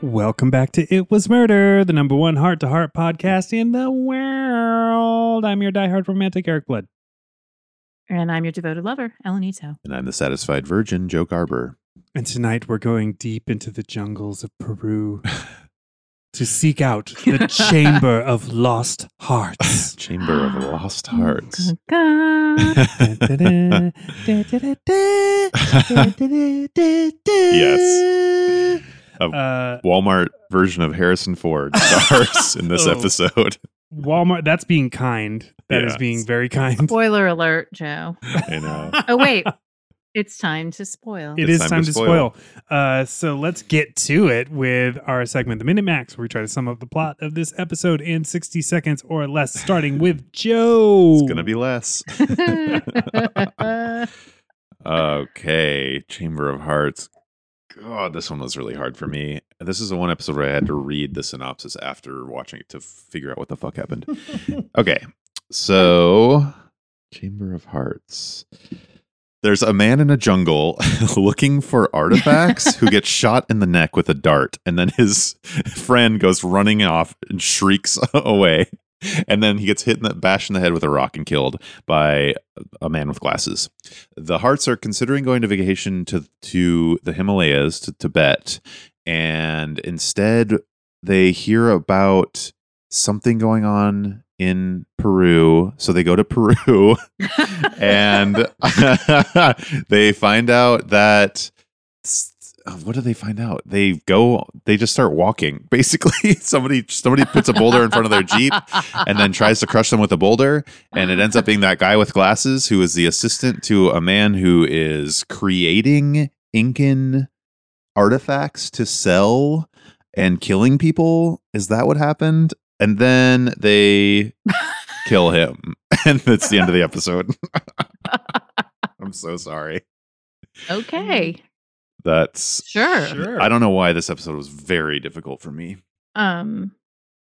Welcome back to It Was Murder, the number one heart to heart podcast in the world. I'm your diehard romantic, Eric Blood. And I'm your devoted lover, Ellen Ito. And I'm the satisfied virgin, Joe Garber. And tonight we're going deep into the jungles of Peru to seek out the Chamber of Lost Hearts. Chamber of Lost Hearts. yes. Of- Uh, Walmart version of Harrison Ford stars in this Oh. episode. Walmart, that's being kind. That is Yes. being very kind. Spoiler alert, Joe. I know. Oh, wait. it's time to spoil. It is time, to spoil. Uh, so let's get to it with our segment, The Minute Max, where we try to sum up the plot of this episode in 60 seconds or less, starting with Joe. It's going to be less. okay. Chamber of Hearts. God, this one was really hard for me. This is the one episode where I had to read the synopsis after watching it to figure out what the fuck happened. Okay. So, Chamber of Hearts. There's a man in a jungle looking for artifacts who gets shot in the neck with a dart, and then his friend goes running off and shrieks away. And then he gets hit in the bashed in the head with a rock and killed by a man with glasses. The Hearts are considering going to vacation to to the Himalayas to Tibet, and instead they hear about something going on in Peru. So they go to Peru and they find out that uh, what do they find out? They go they just start walking. Basically, somebody somebody puts a boulder in front of their Jeep and then tries to crush them with a boulder and it ends up being that guy with glasses who is the assistant to a man who is creating Incan artifacts to sell and killing people. Is that what happened? And then they kill him. And that's the end of the episode. I'm so sorry. okay. That's Sure. Sure. I don't know why this episode was very difficult for me. Um,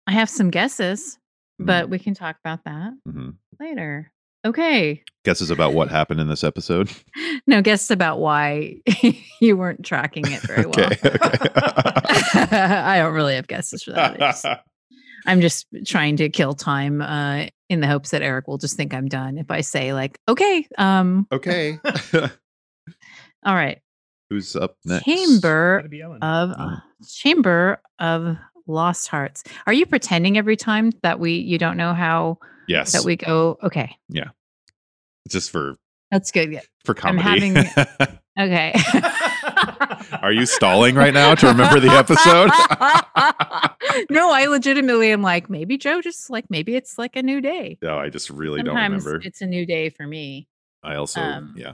I have some guesses, Mm. but we can talk about that Mhm. later. Okay. guesses about what happened in this episode. No guess about why you weren't tracking it very well. okay. okay. I don't really have guesses for that. I just- I'm just trying to kill time uh, in the hopes that Eric will just think I'm done if I say like, okay, um, okay. all right, Who's up next? chamber Gotta be Ellen. of uh, Oh. chamber of lost hearts. Are you pretending every time that we you don't know how Yes. that we go? Okay, Just for that's good. Yeah. for I'm comedy. Okay. Are you stalling right now to remember the episode? no, I legitimately am like maybe Joe just like maybe it's like a new day. no, I just really Sometimes don't remember. it's a new day for me. I also um, yeah.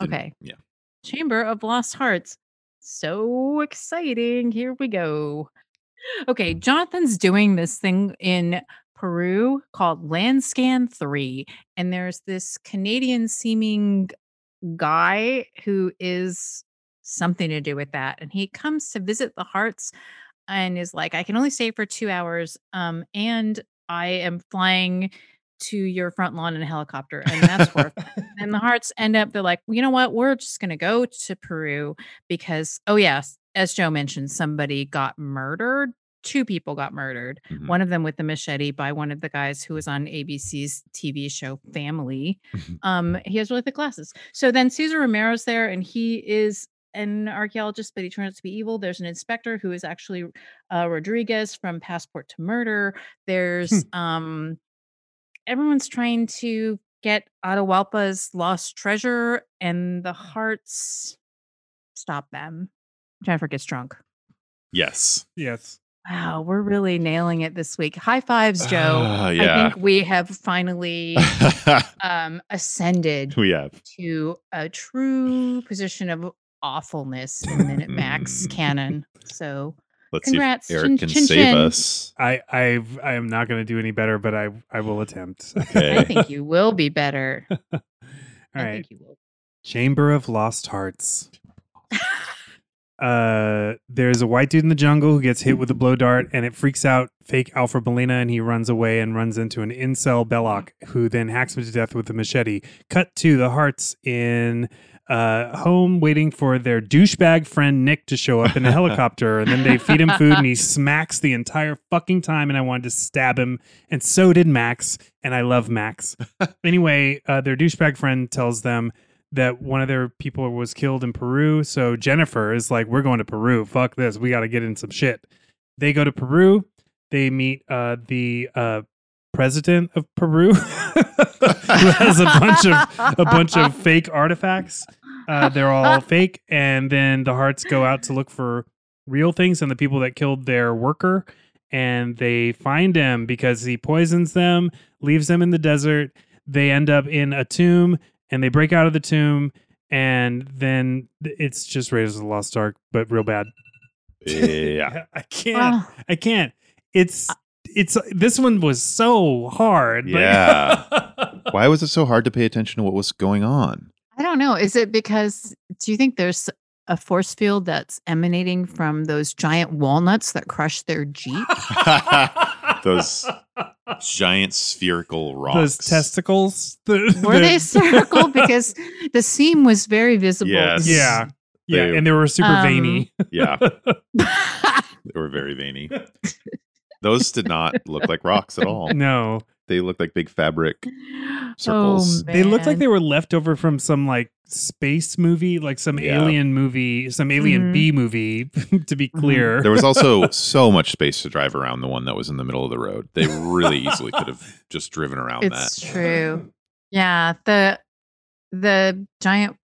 Didn't- Okay. yeah. Chamber of Lost Hearts. So exciting. Here we go. Okay, Mm. Jonathan's doing this thing in Peru called Landscan 3 and there's this Canadian seeming guy who is something to do with that and he comes to visit the hearts and is like I can only stay for 2 hours um and I am flying to your front lawn in a helicopter and that's horrifying and the hearts end up they're like you know what we're just going to go to peru because oh yes as joe mentioned somebody got murdered two people got murdered Mhm. one of them with a machete by one of the guys who was on abc's tv show family Mhm. um he has really thick glasses so then cesar romero's there and he is an archaeologist but he turns out to be evil there's an inspector who is actually uh, rodriguez from passport to murder there's um everyone's trying to get Atahualpa's lost treasure and the hearts stop them. Jennifer gets drunk. Yes. yes. Wow, we're really nailing it this week. High fives, Joe. Ah, I yeah. think we have finally um, ascended we have. to a true position of awfulness in the Minute Max canon. So Let's Congrats, see if chin- Eric can chin- save chin. us. I I I am not going to do any better, but I I will attempt. Okay. I think you will be better. All I right. think you will. Chamber of Lost Hearts. Uh, there's a white dude in the jungle who gets hit with a blow dart, and it freaks out fake Alfred Molina, and he runs away and runs into an incel Belloc, who then hacks him to death with a machete. Cut to the hearts in uh, home waiting for their douchebag friend Nick to show up in a helicopter. And then they feed him food and he smacks the entire fucking time. And I wanted to stab him. And so did Max. And I love Max. anyway, uh, their douchebag friend tells them that one of their people was killed in Peru. So Jennifer is like, we're going to Peru. Fuck this. We got to get in some shit. They go to Peru. They meet uh, the uh, president of Peru, who has a bunch of a bunch of fake artifacts. Uh, they're all fake, and then the hearts go out to look for real things and the people that killed their worker, and they find him because he poisons them, leaves them in the desert. They end up in a tomb, and they break out of the tomb, and then it's just Raiders of the Lost Ark, but real bad. yeah. I Ah. can't. I can't. It's it's this one was so hard. like- Yeah. Why was it so hard to pay attention to what was going on? I don't know. Is it because do you think there's a force field that's emanating from those giant walnuts that crush their Jeep? Those Giant spherical rocks. those testicles. The- Were they the- spherical? Because the seam was very visible. Yes. Yeah. Yeah, They- and they were super Um, veiny. Yeah, I they were very veiny. Those did not look like rocks at all. No, They looked like big fabric. Oh, Circles. they looked like man. they were left over from some like space movie, like some Yeah. alien movie, some alien Mhm. B movie. to be Mhm. clear, There was also so much space to drive around the one that was in the middle of the road. They really easily could have just driven around It's that. true. Yeah, the the giant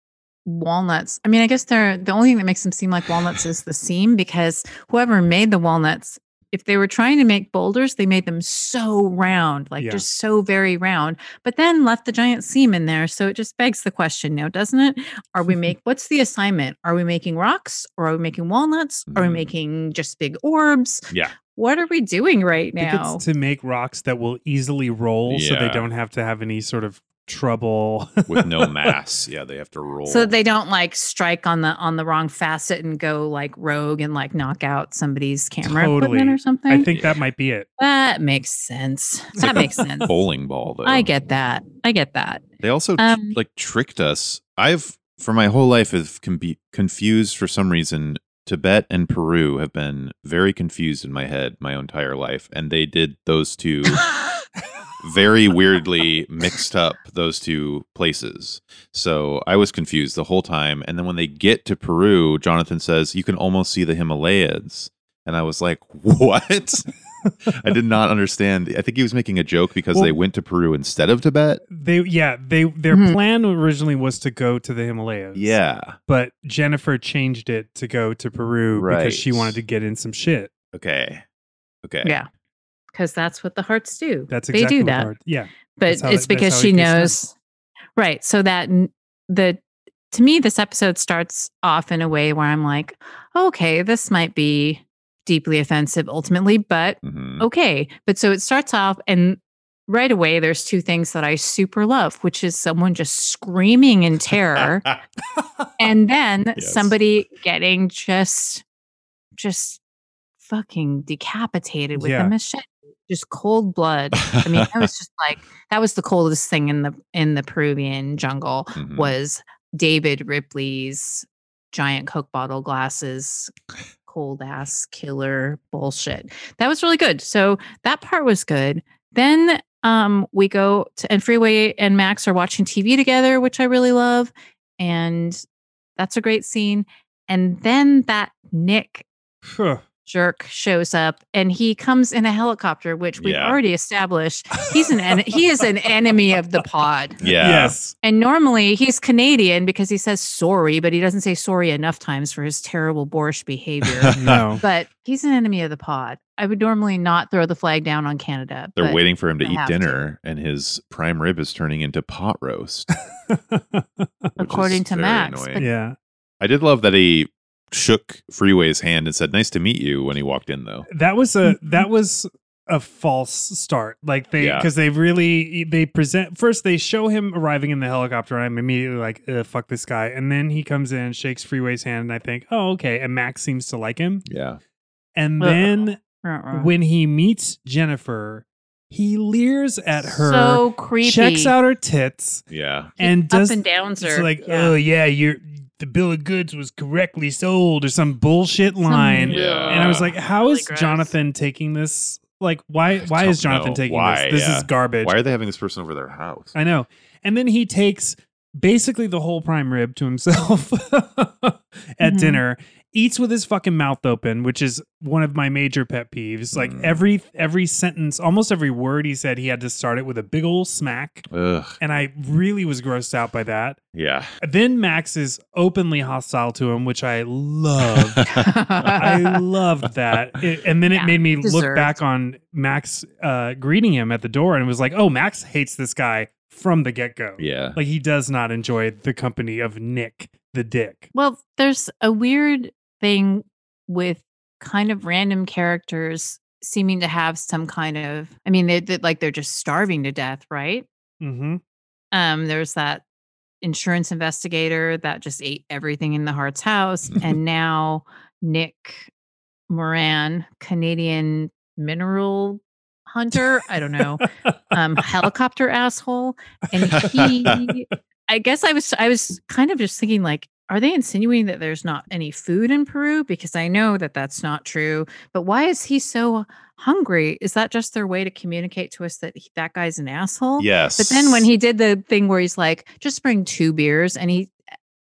walnuts. I mean, I guess they're the only thing that makes them seem like walnuts is the seam because whoever made the walnuts, if they were trying to make boulders, they made them so round, like Yeah. just so very round, but then left the giant seam in there. So it just begs the question now, doesn't it? Are we make what's the assignment? Are we making rocks or are we making walnuts? Are we Mm. making just big orbs? Yeah. What are we doing right I think now? it's to make rocks that will easily roll, so they Yeah. don't have to have any sort of trouble. With no mass. Yeah, they have to roll. so that they don't like strike on the on the wrong facet and go like rogue and like knock out somebody's camera Totally. equipment or something. I think that might be it. that makes sense. That makes sense. bowling ball though. I get that. I get that. They also tr- Um, like tricked us. I've for my whole life have com- be confused for some reason. Tibet and Peru have been very confused in my head my entire life, and they did those two very weirdly mixed up those two places. So I was confused the whole time. And then when they get to Peru, Jonathan says you can almost see the Himalayas, and I was like, what? I did not understand. I think he was making a joke because Well- they went to Peru instead of Tibet. They yeah, they their Mhm. plan originally was to go to the Himalayas. Yeah. But Jennifer changed it to go to Peru Right. because she wanted to get in some shit. Okay. Okay. Yeah. Because that's what the hearts do. That's they exactly do what that. hard- Yeah. but That's how it's it- that's because how she it gets done. knows right so that n- the to me this episode starts off in a way where i'm like okay this might be deeply offensive ultimately but Mhm. okay but so it starts off and right away there's two things that i super love which is someone just screaming in terror and then Yes. somebody getting just just fucking decapitated with Yeah. a machete just cold blood I mean, that was just like that was the coldest thing in the in the Peruvian jungle Mhm. was David Ripley's giant Coke bottle glasses, cold ass killer bullshit. That was really good. So that part was good. Then um we go to and Freeway and Max are watching TV together, which I really love. And that's a great scene. And then that Nick Phew. jerk shows up and he comes in a helicopter, which we've Yeah. already established he's an en- he is an enemy of the pod. Yeah. Yes. And normally he's Canadian because he says sorry, but he doesn't say sorry enough times for his terrible borscht behavior. No. but he's an enemy of the pod. I would normally not throw the flag down on Canada. They're but waiting for him to I eat have to. dinner, and his prime rib is turning into pot roast. which according is to very Max. annoying. But yeah. I did love that he shook Freeway's hand and said, "Nice to meet you." When he walked in, though, That was a that was a false start. Like they Yeah. because they really e, they present first they show him arriving in the helicopter and I'm immediately like, Ugh, fuck this guy. And then he comes in, shakes Freeway's hand, and I think, oh, okay. And Max seems to like him. yeah, And Uh-uh. then Ruh-roh. when he meets Jennifer, He leers at her, so creepy. checks out her tits, Yeah. He and does up and downs it's her. like, yeah. oh yeah, your the bill of goods was correctly sold or some bullshit Some line. Yeah. And I was like, how Really is gross. Jonathan taking this? Like, why why don't is Jonathan know. taking Why? this? This Yeah. is garbage. Why are they having this person over their house? I know. And then he takes basically the whole prime rib to himself at Mhm. dinner. Eats with his fucking mouth open, which is one of my major pet peeves. Like Mm. every every sentence, almost every word he said, he had to start it with a big old smack, Ugh. and I really was grossed out by that. Yeah. Then Max is openly hostile to him, which I love. I loved that. It- and then it Yeah, made me look deserved. back on Max uh, greeting him at the door and was like, oh, Max hates this guy from the get go. Yeah. Like he does not enjoy the company of Nick the dick. Well, there's a weird thing with kind of random characters seeming to have some kind of I mean they, they like they're just starving to death, right? Mm-hmm. Um there's that insurance investigator that just ate everything in the Hart's house and now Nick Moran, Canadian mineral hunter, I don't know, um helicopter asshole and he I guess I was I was kind of just thinking like, are they insinuating that there's not any food in Peru? Because I know that that's not true. But why is he so hungry? Is that just their way to communicate to us that he, that guy's an asshole? yes. But then when he did the thing where he's like, just bring two beers, and he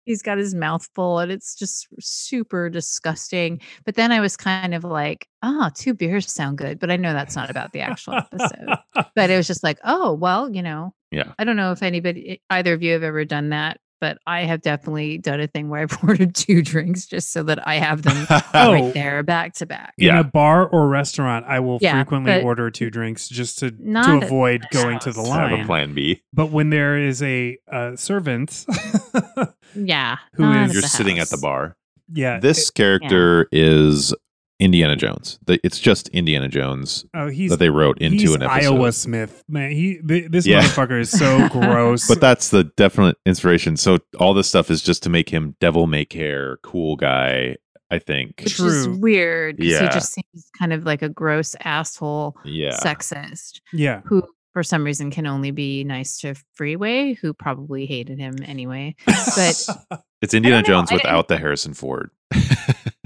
he's got his mouth full, and it's just super disgusting. But then I was kind of like, ah, two beers sound good. But I know that's not about the actual episode but it was just like, oh, well, you know, Yeah. I don't know if anybody, either of you have ever done that, but I have definitely done a thing where I've ordered two drinks just so that I have them Oh. right there back to back. In Yeah. a bar or restaurant, I will Yeah, frequently but- order two drinks just to, to Not at avoid this going to the house. have a line. plan B. But when there is a uh, servant, Yeah. Who not is- at You're the sitting at the house. bar. yeah, This character is Indiana Jones. The- It's just Indiana Jones oh, he's that they wrote into He's an episode. Iowa Smith, man. He th- this Yeah. motherfucker is so gross. But that's the definite inspiration. So all this stuff is just to make him devil may care, cool guy, I think. Which is True. weird because Yeah. he just seems kind of like a gross asshole, Yeah. sexist, yeah, who for some reason can only be nice to Freeway, who probably hated him anyway. But It's Indiana I don't know. Jones I didn't- without the Harrison Ford.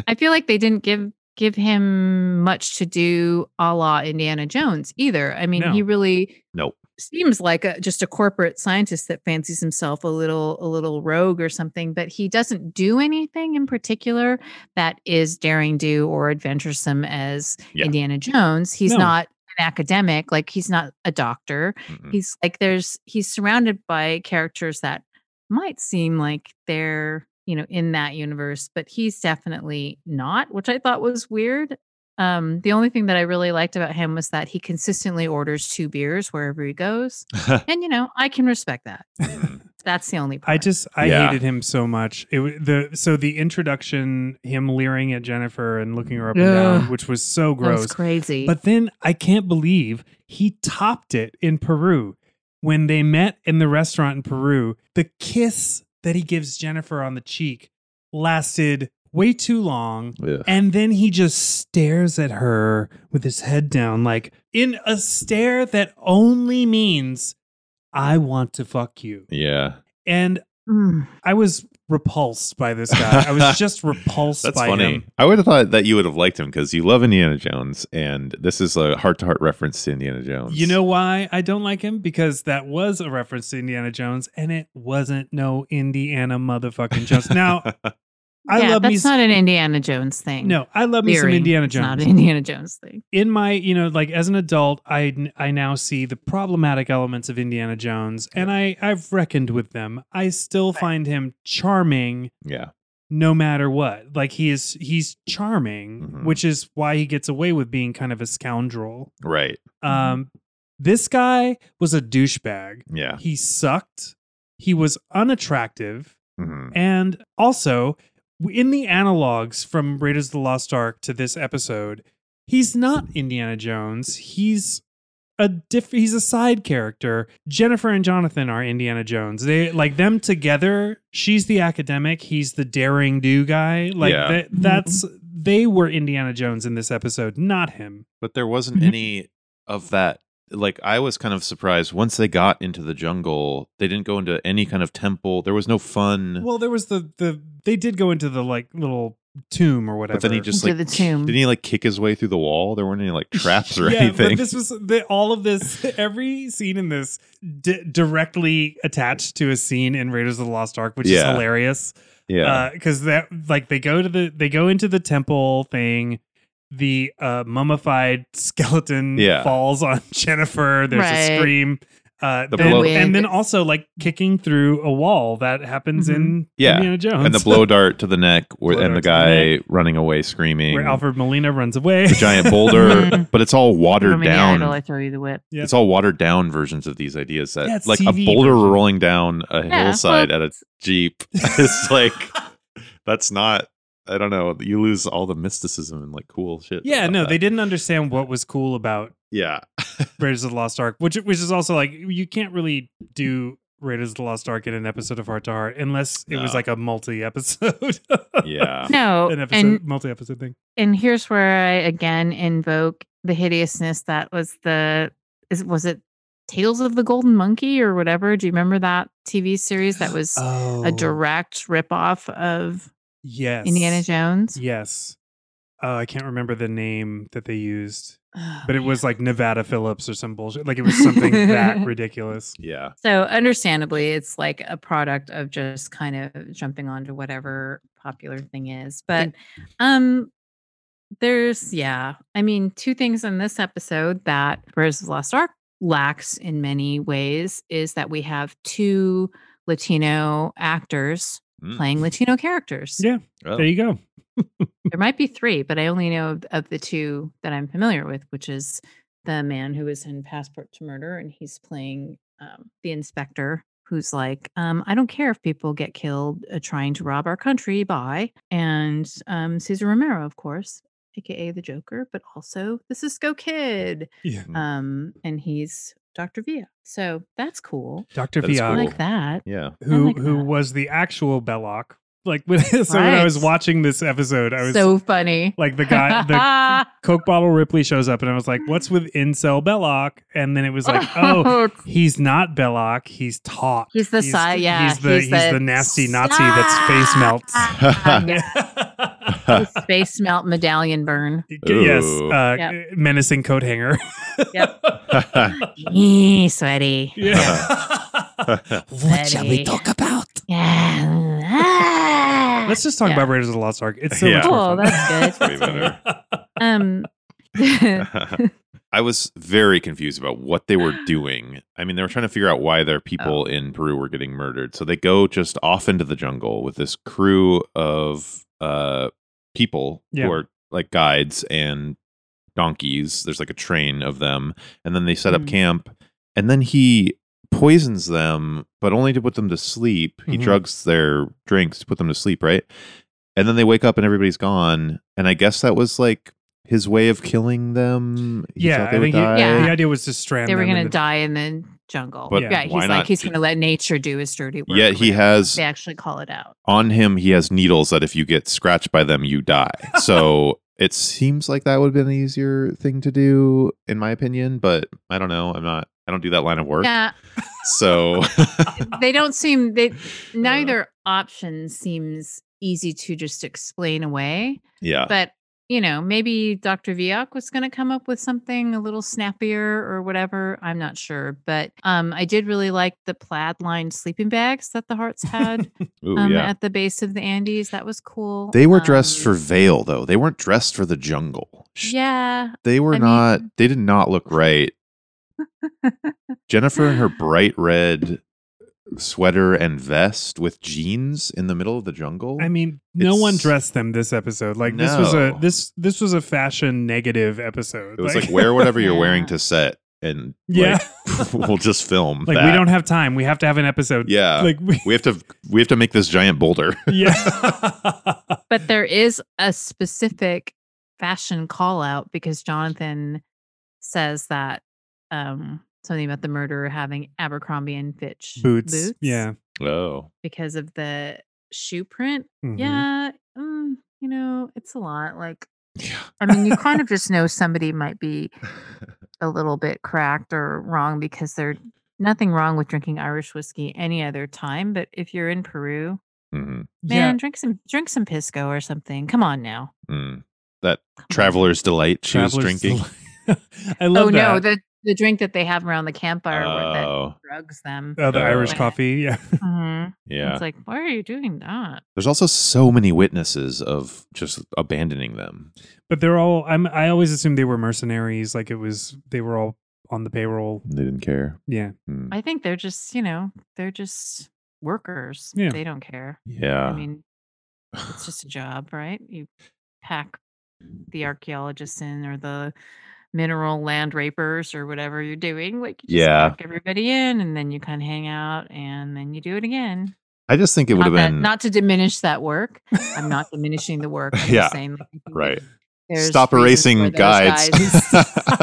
I feel like they didn't give give him much to do a la Indiana Jones either. I mean, he No. really Nope. seems like a, just a corporate scientist that fancies himself a little a little rogue or something, but he doesn't do anything in particular that is daring do or adventuresome as Yeah. Indiana Jones. He's No. not an academic, like he's not a doctor Mm-hmm. Mm-mm. he's like there's he's surrounded by characters that might seem like they're you know in that universe but he's definitely not which i thought was weird um the only thing that i really liked about him was that he consistently orders two beers wherever he goes and you know i can respect that that's the only part I just I Yeah. hated him so much. It wa- the so the introduction, him leering at Jennifer and looking her up and Ugh. down, which was so That was gross. crazy But then I can't believe he topped it in Peru when they met in the restaurant in Peru. The kiss that he gives Jennifer on the cheek lasted way too long. Ugh. And then he just stares at her with his head down, like in a stare that only means, I want to fuck you. yeah. And Mm. I was repulsed by this guy. I was just repulsed That's by funny. him. I would have thought that you would have liked him because you love Indiana Jones, and this is a heart to heart reference to Indiana Jones. You know why I don't like him? Because that was a reference to Indiana Jones, and it wasn't no Indiana motherfucking Jones. Now, I yeah love me. that's s- not an indiana jones thing no, I love me some Leering. Indiana It's Jones. not an indiana jones thing in my you know like as an adult i i now see the problematic elements of indiana jones and i i've reckoned with them i still find him charming Yeah. no matter what like he is he's charming Mhm. which is why he gets away with being kind of a scoundrel Right. um this guy was a douchebag Yeah. he sucked he was unattractive Mhm. and also, in the analogs from Raiders of the Lost Ark to this episode, he's not Indiana Jones. He's a diff- he's a side character. Jennifer and Jonathan are Indiana Jones. They like them together. She's the academic, he's the daring do guy. Like Yeah. that, that's they were Indiana Jones in this episode, not him. Mm-hmm. But there wasn't Mhm. any of that like I was kind of surprised once they got into the jungle, they didn't go into any kind of temple. There was no fun. Well, there was the the they did go into the like little tomb or whatever. but then he just Into like the tomb. didn't he like kick his way through the wall? There weren't any like traps or yeah, anything. but this was the, all of this. Every scene in this di- directly attached to a scene in Raiders of the Lost Ark, which is Yeah. hilarious. uh, yeah. because that like they go to the they go into the temple thing. The uh, mummified skeleton Yeah. falls on Jennifer. There's a Right. scream. Uh, The then- blow- and then Wig. also like kicking through a wall that happens in Yeah. Indiana Jones. and the blow dart to the neck where, Blow and the dart to the guy running away screaming where Alfred Molina runs away. the giant boulder Mhm. but it's all watered From Indiana down Idol, I throw you the whip. Yep. it's all watered down versions of these ideas that Yeah, it's like TV a boulder version. rolling down a Yeah, hillside well, at a jeep it's like that's not i don't know you lose all the mysticism and like cool shit yeah, about no, that. they didn't understand what was cool about yeah Raiders of the Lost Ark, which which is also like you can't really do Raiders of the Lost Ark in an episode of Heart to Heart unless it was No. like a multi episode. yeah No, Uh, An episode, and multi episode thing. and here's where I again invoke the hideousness that was the is was it Tales of the Golden Monkey or whatever? Do you remember that TV series that was Oh, a direct ripoff of yes. Indiana Jones? Yes. Uh, I can't remember the name that they used, Oh, but it man. was like Nevada Phillips or some bullshit. Like it was something that ridiculous. yeah so understandably it's like a product of just kind of jumping onto whatever popular thing is. But um there's yeah, I mean two things in this episode that Raiders of the Lost Ark lacks in many ways is that we have two Latino actors Mm. playing Latino characters. Yeah. Oh. There you go. There might be three, but I only know of, of the two that I'm familiar with, which is the man who was in Passport to Murder, and he's playing um, the inspector who's like, um, I don't care if people get killed uh, trying to rob our country by, and um, Cesar Romero, of course, aka the Joker, but also the Cisco Kid, Yeah. Mm. um, and he's Dr. Via. So that's cool. Dr. That is I Viog, cool. like oh that. yeah who like who that. was the actual Belloc. Like when, so when I Right. was watching this episode, I was so funny. like the guy the Coke bottle Ripley shows up and I was like, What's with incel Belloc? And then it was like, Oh, he's not Belloc, he's taut. He's the side, yeah. He's the he's, the, nasty Nazi that's face melts. Oh, Yeah. His face melt medallion burn. yes. Ooh. Uh, Yep. menacing coat hanger. Yep. Eee, sweaty. Yeah. What shall we talk about? Yeah. Let's just talk Yeah. about Raiders of the Lost Ark. It's so Yeah. much more Cool, fun. that's good. That's Way better. um I was very confused about what they were doing. I mean, they were trying to figure out why their people in Peru were getting murdered. So they go just off into the jungle with this crew of uh people Yeah. who are like guides and donkeys. There's like a train of them, and then they set up Mhm. camp. And then he poisons them, but only to put them to sleep. He Mhm. drugs their drinks to put them to sleep, right? And then they wake up and everybody's gone. And I guess that was like his way of killing them. He yeah, thought I think he- die. Yeah. the idea was to strand they were them in gonna the- die in the jungle. But yeah, he's why like not he's ju- gonna let nature do his dirty work. Yet or he whatever. has they actually call it out. on him. He has needles that if you get scratched by them, you die. So it seems like that would have been an easier thing to do, in my opinion. But I don't know. I'm not. I don't do that line of work. Yeah. So They don't seem they neither option seems easy to just explain away. yeah, but you know maybe dr viak was going to come up with something a little snappier or whatever i'm not sure but um i did really like the plaid lined sleeping bags that the hearts had Ooh, um, yeah. at the base of the andes that was cool They were dressed for Um, veil though. They weren't dressed for the jungle. Sh- yeah They were I not. mean- They did not look right. Jennifer in her bright red sweater and vest with jeans in the middle of the jungle. I mean, no one It's- dressed them this episode. Like this was a No. this this was a fashion negative episode. it was like, wear whatever you're wearing Yeah. to set, and Yeah. like, we'll just film. like we that. don't have time. We have to have an episode. Yeah, Like we, we have to. We have to make this giant boulder. yeah. but there is a specific fashion call out because jonathan says that um something about the murderer having abercrombie and fitch boots. Yeah. Oh, because of the shoe print Mhm. Mm-hmm. Yeah, mm, you know, it's a lot. Like, yeah. I mean, you kind of just know somebody might be a little bit cracked or wrong because there's nothing wrong with drinking Irish whiskey any other time. But if you're in Peru, hmm man, drink some drink some pisco or something. Come on now. Mm. That traveler's delight she was Traveler's drinking. Delight. I love oh that. no, the the drink that they have around the campfire where that Oh, drugs them. Oh, the Irish Uh, coffee. Yeah. Mhm. yeah. It's like, why are you doing that? There's also so many witnesses of just abandoning them. But they're all I'm I always assumed they were mercenaries, like it was they were all on the payroll. They didn't care. Yeah. Mm. I think they're just, you know, they're just workers. Yeah. Uh, They don't care. Yeah. I mean, it's just a job, right? You pack the archaeologists in or the mineral land rapers or whatever you're doing. Like, you just Yeah. pack everybody in and then you kind of hang out and then you do it again. I just think it would Not, have that, been not to diminish that work. I'm not diminishing the work. I'm Yeah, Just saying, like, I think right. there's Stop reasons for erasing those guides.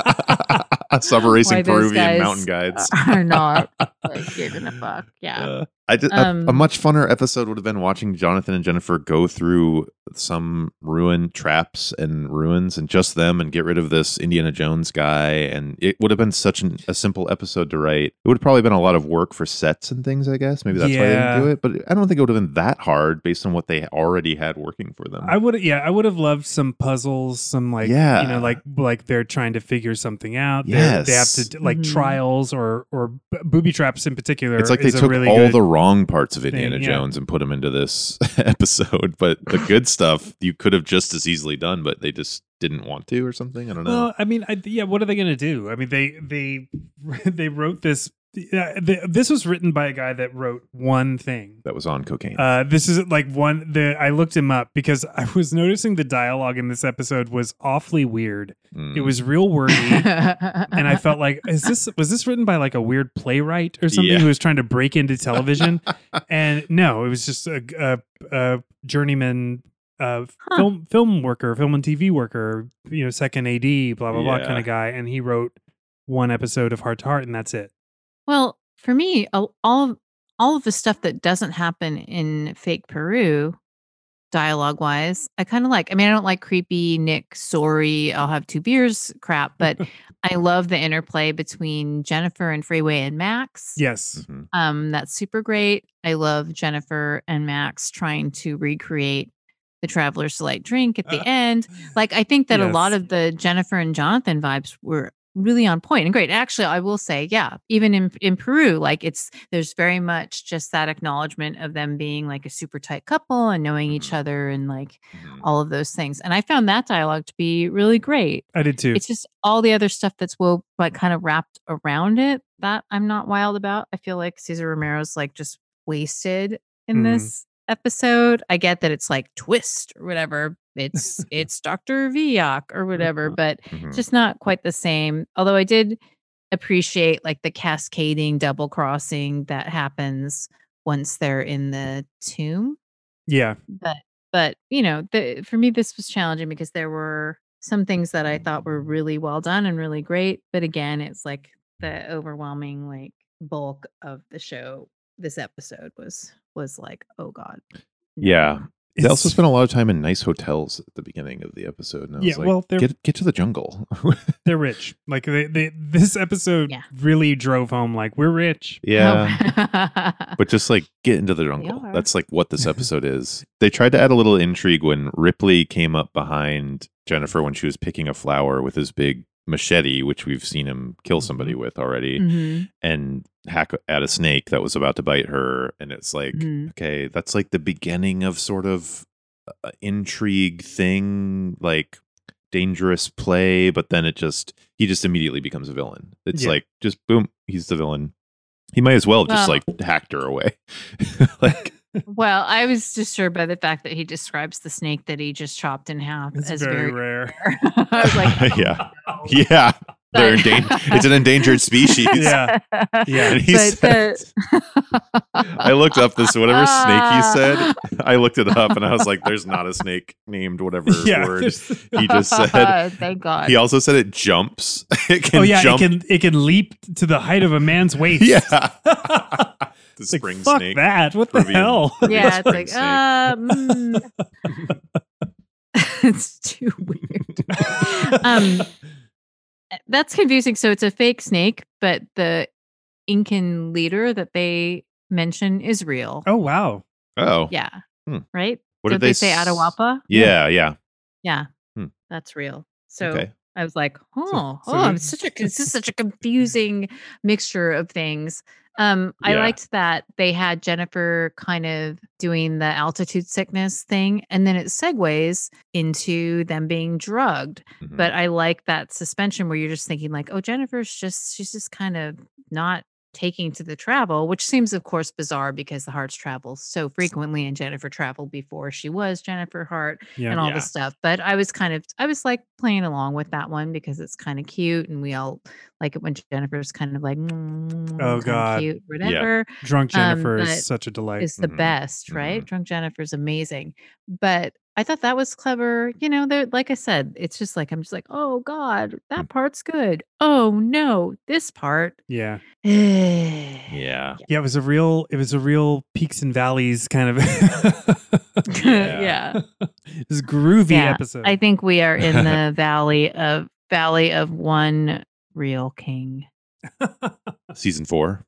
Stop erasing Why those Peruvian guys mountain guides. are not like you're gonna fuck. Yeah. Uh, I did, a- a, Um, much funner episode would have been watching Jonathan and Jennifer go through some ruin traps and ruins and just them and get rid of this Indiana Jones guy. And it would have been such an, a simple episode to write. It would have probably been a lot of work for sets and things, I guess. Maybe that's why they Yeah. didn't do it. But I don't think it would have been that hard based on what they already had working for them. I would yeah, I would have loved some puzzles, some like you Yeah. know, like like they're trying to figure something out. They're- They have to Yes. d- like Mhm. trials or or b- booby traps in particular. it's like they is a took really all good- the wrong parts of Indiana yeah. Jones and put them into this episode, but the good stuff you could have just as easily done, but they just didn't want to or something. I don't know. Well, I mean, I, yeah. What are they going to do? I mean, they they they wrote this. Yeah, th- this was written by a guy that wrote one thing. that was on cocaine. Uh, this is like one. The I looked him up because I was noticing the dialogue in this episode was awfully weird. It Mm. was real wordy, and and I felt like, is this was this written by like a weird playwright or something Yeah. who was trying to break into television? and no, it was just a, a, a journeyman uh, Huh. film film worker, film and TV worker, you know, second AD, blah blah blah Yeah. kind of guy, and he wrote one episode of Heart to Heart, and that's it. well, for me, a- all of, all of the stuff that doesn't happen in fake Peru, dialogue wise, I kind of like. I mean, I don't like creepy Nick. Sorry, I'll have two beers. Crap, but I love the interplay between Jennifer and Freeway and Max. Yes, Mhm. Um, that's super great. I love Jennifer and Max trying to recreate the Traveler's Delight drink at the Uh, end. Like, I think that a lot yes. of the Jennifer and Jonathan vibes were really on point and great. Actually, I will say, yeah, even in, in Peru, like it's there's very much just that acknowledgement of them being like a super tight couple and knowing each Mhm. Mm-hmm. other and like Mhm. all of those things. And I found that dialogue to be really great I did too. it's just all the other stuff that's well like kind of wrapped around it that i'm not wild about i feel like cesar romero's like just wasted in Mm. this episode i get that it's like twist or whatever it's it's dr viak or whatever but Mhm. just not quite the same although i did appreciate like the cascading double crossing that happens once they're in the tomb yeah, but but you know the, for me this was challenging because there were some things that i thought were really well done and really great but again it's like the overwhelming like bulk of the show this episode was was like oh god no. Yeah. They also It's- spent a lot of time in nice hotels at the beginning of the episode. And I was Yeah, like, well, they're- get, get to the jungle. they're rich. Like they, they this episode Yeah. really drove home. Like we're rich. yeah. Oh. But just like get into the jungle. are. That's like what this episode is. They tried to add a little intrigue when Ripley came up behind Jennifer when she was picking a flower with his big machete, which we've seen him kill somebody with already, Mhm, and hack at a snake that was about to bite her. And it's like, mhm. okay, that's like the beginning of sort of uh, intrigue thing, like dangerous play, but then it just, he just immediately becomes a villain. It's Yeah. like, just boom, he's the villain. He might as well have just Well- like hacked her away. like, well i was disturbed by the fact that he describes the snake that he just chopped in half It's as very very, rare. rare. i was like Yeah. oh, no. yeah, they're But- endangered. It's an endangered species. Yeah. Yeah. And he But said, I looked up this whatever snake he said. I looked it up and I was like, there's not a snake named whatever Yeah. word. there's- He just said, Thank God. He also said it jumps. It can Oh yeah, jump. it can it can leap to the height of a man's waist. yeah. the the like, spring fuck snake. that. What the Peruvian- hell? yeah, it's like, mm. Snake. um, it's too weird. Um, that's confusing. So it's a fake snake, but the Incan leader that they mention is real. Oh wow. Oh, Yeah. Hmm. Right? What Don't did they say s- Atawapa? Yeah, yeah. Yeah. Hmm. That's real. So okay. I was like, oh, so oh, it- it's such a this is such a confusing mixture of things. Um, I Yeah. liked that they had Jennifer kind of doing the altitude sickness thing, and then it segues into them being drugged. Hmm. Mhm. But I like that suspension where you're just thinking like, oh, Jennifer's just she's just kind of not taking to the travel, which seems of course bizarre because the hearts travel so frequently, and Jennifer traveled before she was Jennifer Hart Yeah. and all Yeah. this stuff. But I was kind of I was like playing along with that one because it's kind of cute and we all like it when Jennifer's kind of like oh God. cute whatever Drunk Um, Jennifer but is such a delight. is the Mhm. best, right? Drunk Jennifer's amazing. But I thought that was clever. You know, there like I said, it's just like I'm just like, "Oh god, that part's good. Oh no, this part." yeah. yeah. yeah. Yeah, it was a real it was a real peaks and valleys kind of this groovy Yeah, episode. I think we are in the valley of valley of one real king. Season four.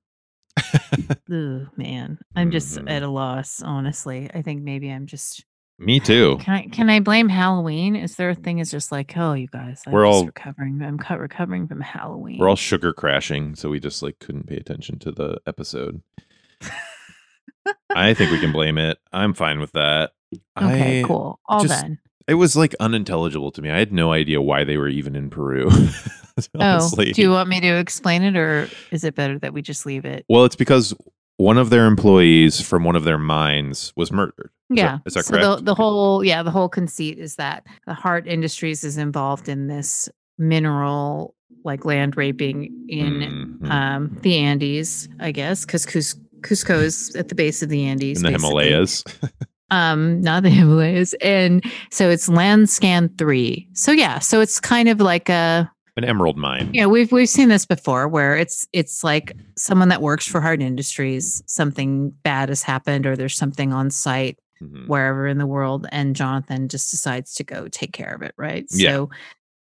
Ooh, man, I'm just Mhm. at a loss. Honestly, I think maybe I'm just. Me too. Can I can I blame Halloween? Is there a thing? Is just like, oh, you guys, I'm We're just all- recovering. I'm cut recovering from Halloween. We're all sugar crashing, so we just like couldn't pay attention to the episode. I think we can blame it. I'm fine with that. Okay, I, cool. All just- done. It was like unintelligible to me. I had no idea why they were even in Peru. Oh, do you want me to explain it, or is it better that we just leave it? Well, it's because one of their employees from one of their mines was murdered. Is that- Yeah. Is that so correct? The, the whole yeah, the whole conceit is that the Heart Industries is involved in this mineral like land raping in Mhm. um, the Andes, I guess, because Cus- Cusco is at the base of the Andes. in the basically. Himalayas. Um, not the Himalayas. And so it's land scan three. So yeah, so it's kind of like a An emerald mine. you know, we've we've seen this before where it's it's like someone that works for hard industries, something bad has happened or there's something on site Mhm. wherever in the world and jonathan just decides to go take care of it right Yeah. so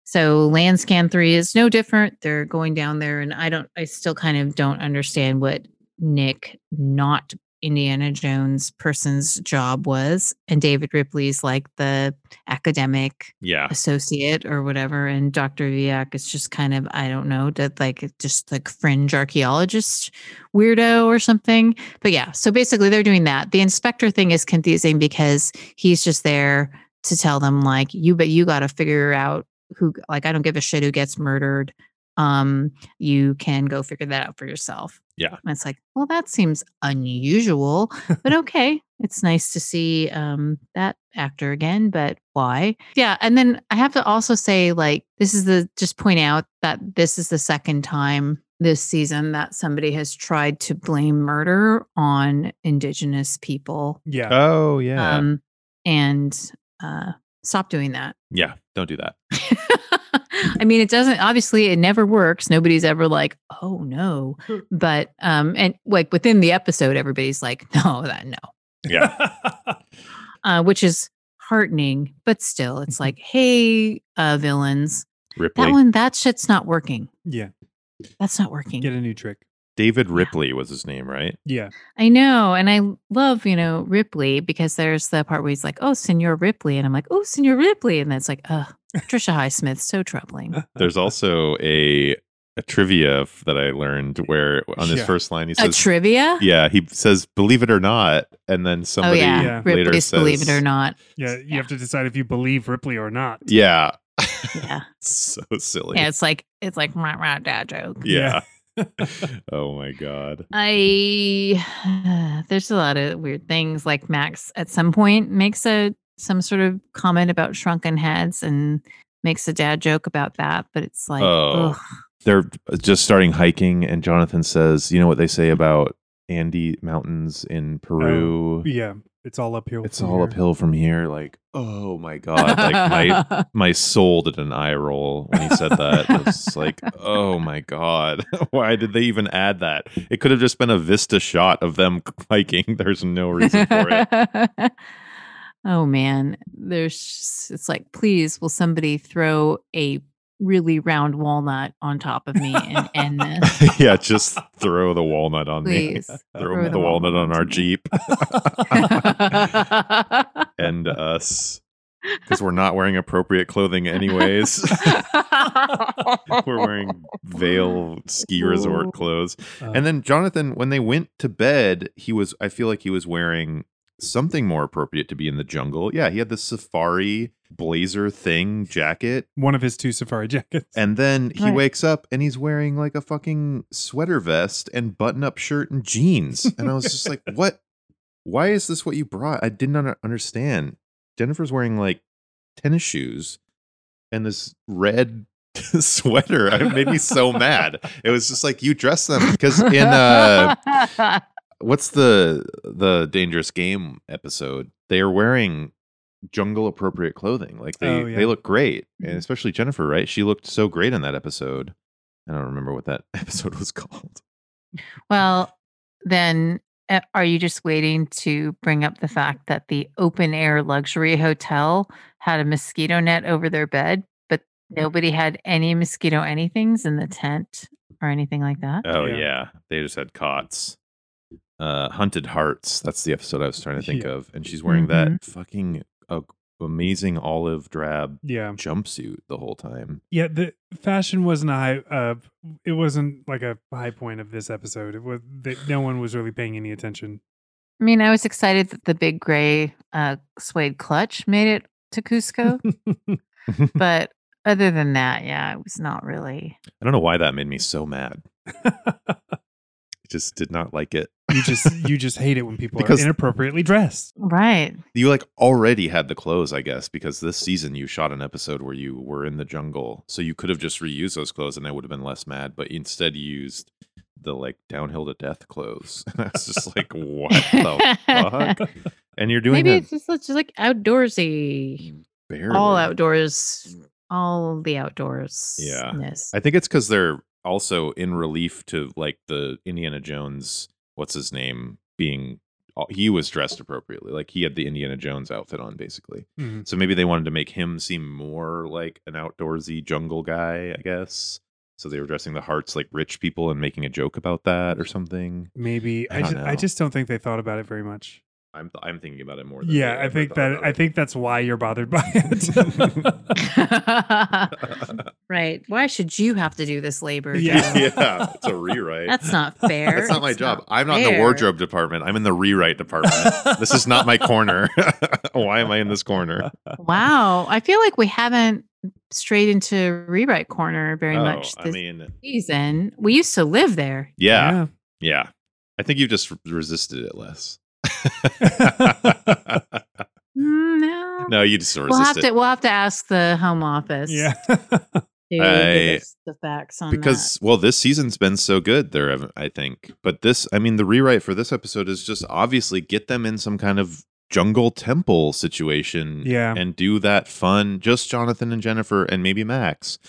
so land scan 3 is no different they're going down there and i don't i still kind of don't understand what nick not indiana jones person's job was and david ripley's like the academic Yeah. associate or whatever and dr viak is just kind of i don't know that like just like fringe archaeologist weirdo or something but yeah so basically they're doing that the inspector thing is confusing because he's just there to tell them like you but you got to figure out who like i don't give a shit who gets murdered um you can go figure that out for yourself Yeah. and it's like well that seems unusual but okay it's nice to see um that actor again but why yeah and then i have to also say like this is the just point out that this is the second time this season that somebody has tried to blame murder on indigenous people yeah. Oh yeah. um and uh stop doing that yeah. Don't do that. I mean, it doesn't obviously it never works. Nobody's ever like, oh no. But um and like within the episode, everybody's like, no, that no. Uh, which is heartening, but still Mm-hmm. it's like, hey, uh villains, that Ripley. one that shit's not working. yeah. That's not working. Get a new trick. David Ripley was his name, right? Yeah. I know. And I l- love, you know, Ripley because there's the part where he's like, oh, Senor Ripley. And I'm like, oh, Senor Ripley. And that's like, ugh, Trisha Highsmith, so troubling. There's also a a trivia f- that I learned where on his Yeah. first line he A says trivia? Yeah, he says believe it or not and then Oh somebody yeah, Yeah. later Ripley's says believe it or not. yeah. You Yeah. have to decide if you believe Ripley or not. Yeah. Yeah, so silly. yeah. It's like it's like rah rah dad joke. Yeah. oh my god. I there's a lot of weird things. Like Max at some point makes a some sort of comment about shrunken heads and makes a dad joke about that, but it's like, Oh. ugh. They're just starting hiking and Jonathan says, "You know what they say about Andy mountains in Peru? Yeah. It's all uphill. It's from all here. uphill from Oh, here." Like, "Oh my god." Like my my soul did an eye roll when he said that. It's like, oh my god, why did they even add that? It could have just been a vista shot of them hiking. There's no reason for it. oh man, there's it's like, please, will somebody throw a really round walnut on top of me and end this, yeah, just throw the walnut on me. please. Throw, Throw the, the walnut walnut on on our me. Jeep and us because we're not wearing appropriate clothing, anyways. we're wearing veil ski resort Ooh. clothes. Uh, And then Jonathan, when they went to bed, he was, I feel like he was wearing something more appropriate to be in the jungle. Yeah, he had the safari blazer thing jacket. one of his two safari jackets. And then he Right. wakes up and he's wearing like a fucking sweater vest and button up shirt and jeans. And I was just like, what? Why is this what you brought? I did not understand. Jennifer's wearing like tennis shoes and this red sweater. It made me so mad. It was just like, you dress them. Because in, uh, what's the the dangerous game episode they are wearing jungle appropriate clothing like they Oh, yeah. they look great and Mhm. especially jennifer right she looked so great in that episode i don't remember what that episode was called well, then uh, are you just waiting to bring up Mm-hmm. the fact that the open air luxury hotel had a mosquito net over their bed, but Mm-hmm. nobody had any mosquito anythings in the tent or anything like that? oh Yeah. they just had cots uh hunted hearts that's the episode i was trying to think Yeah. Mm-hmm. of and she's wearing that fucking uh, amazing olive drab Yeah. jumpsuit the whole time Yeah, the fashion wasn't a high. Uh, it wasn't like a high point of this episode. It was that no one was really paying any attention. I mean, I was excited that the big gray uh, suede clutch made it to Cusco, but other than that, yeah, it was not really. i don't know why that made me so mad i just did not like it you just you just hate it when people Because- are inappropriately dressed. Right. you like already had the clothes, I guess, because this season you shot an episode where you were in the jungle, so you could have just reused those clothes, and I would have been less mad. But you instead, used the like downhill to death clothes. And I was just like, what the fuck? And you're doing Maybe that it's just, it's just like outdoorsy, barely. all outdoors, Mm. all the outdoors. I think it's because they're also in relief to like the Indiana Jones. What's his name? Being he was dressed appropriately, like he had the Indiana Jones outfit on, basically. Mhm. So maybe they wanted to make him seem more like an outdoorsy jungle guy, I guess. So they were dressing the hearts like rich people and making a joke about that or something. Maybe I I don't just, I know. just don't think they thought about it very much. I'm I'm thinking about it more. Than Yeah, they I ever think thought that about I it. think that's why you're bothered by it. right. Why should you have to do this labor? Yeah. Joe? yeah, it's a rewrite. That's not fair. That's not my It's job. I'm not in the fair. wardrobe department. I'm in the rewrite department. this is not my corner. Why am I in this corner? Wow. I feel like we haven't strayed into rewrite corner very much Oh, this I mean, season. We used to live there. yeah. Yeah. I think you've just resisted it less. Mm, No. no, you just sort of We'll have resist to we'll have to ask the home office yeah. to give I- us the facts on it. that. Because well, this season's been so good there, Evan, I think. But this I mean the rewrite for this episode is just obviously get them in some kind of jungle temple situation Yeah. and do that fun, just Jonathan and Jennifer and maybe Max.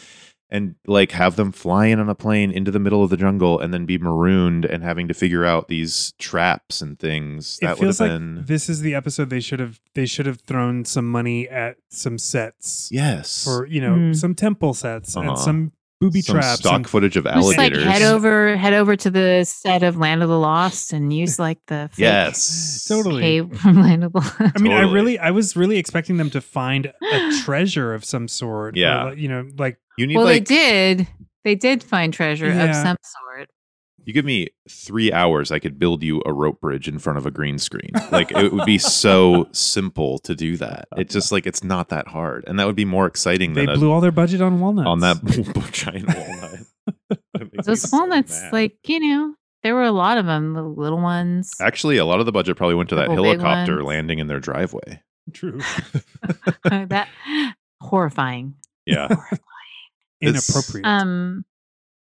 And like have them fly in on a plane into the middle of the jungle and then be marooned and having to figure out these traps and things. it that would have feels like been this is the episode they should have they should have thrown some money at some sets Yes. for you know Mm. some temple sets Uh-huh. and some booby some traps. stock and- footage of just like alligators. head over head over to the set of Land of the Lost and use like the fake Yes. Totally. cave from Land of the Lost. I mean, I Totally. really, I was really expecting them to find a treasure of some sort. or Yeah. like- you know, like You need well like they did. They did find treasure of Yeah. some sort. you give me three hours, I could build you a rope bridge in front of a green screen. Like it would be so simple to do that. It's just like it's not that hard, and that would be more exciting they than a, blew all their budget on walnuts. on that giant walnut. That makes me Those so walnuts, mad. like, you know, there were a lot of them, the little ones. Actually, a lot of the budget probably went to that Couple big helicopter ones. landing in their driveway. true that horrifying. Yeah, It's- inappropriate. Um,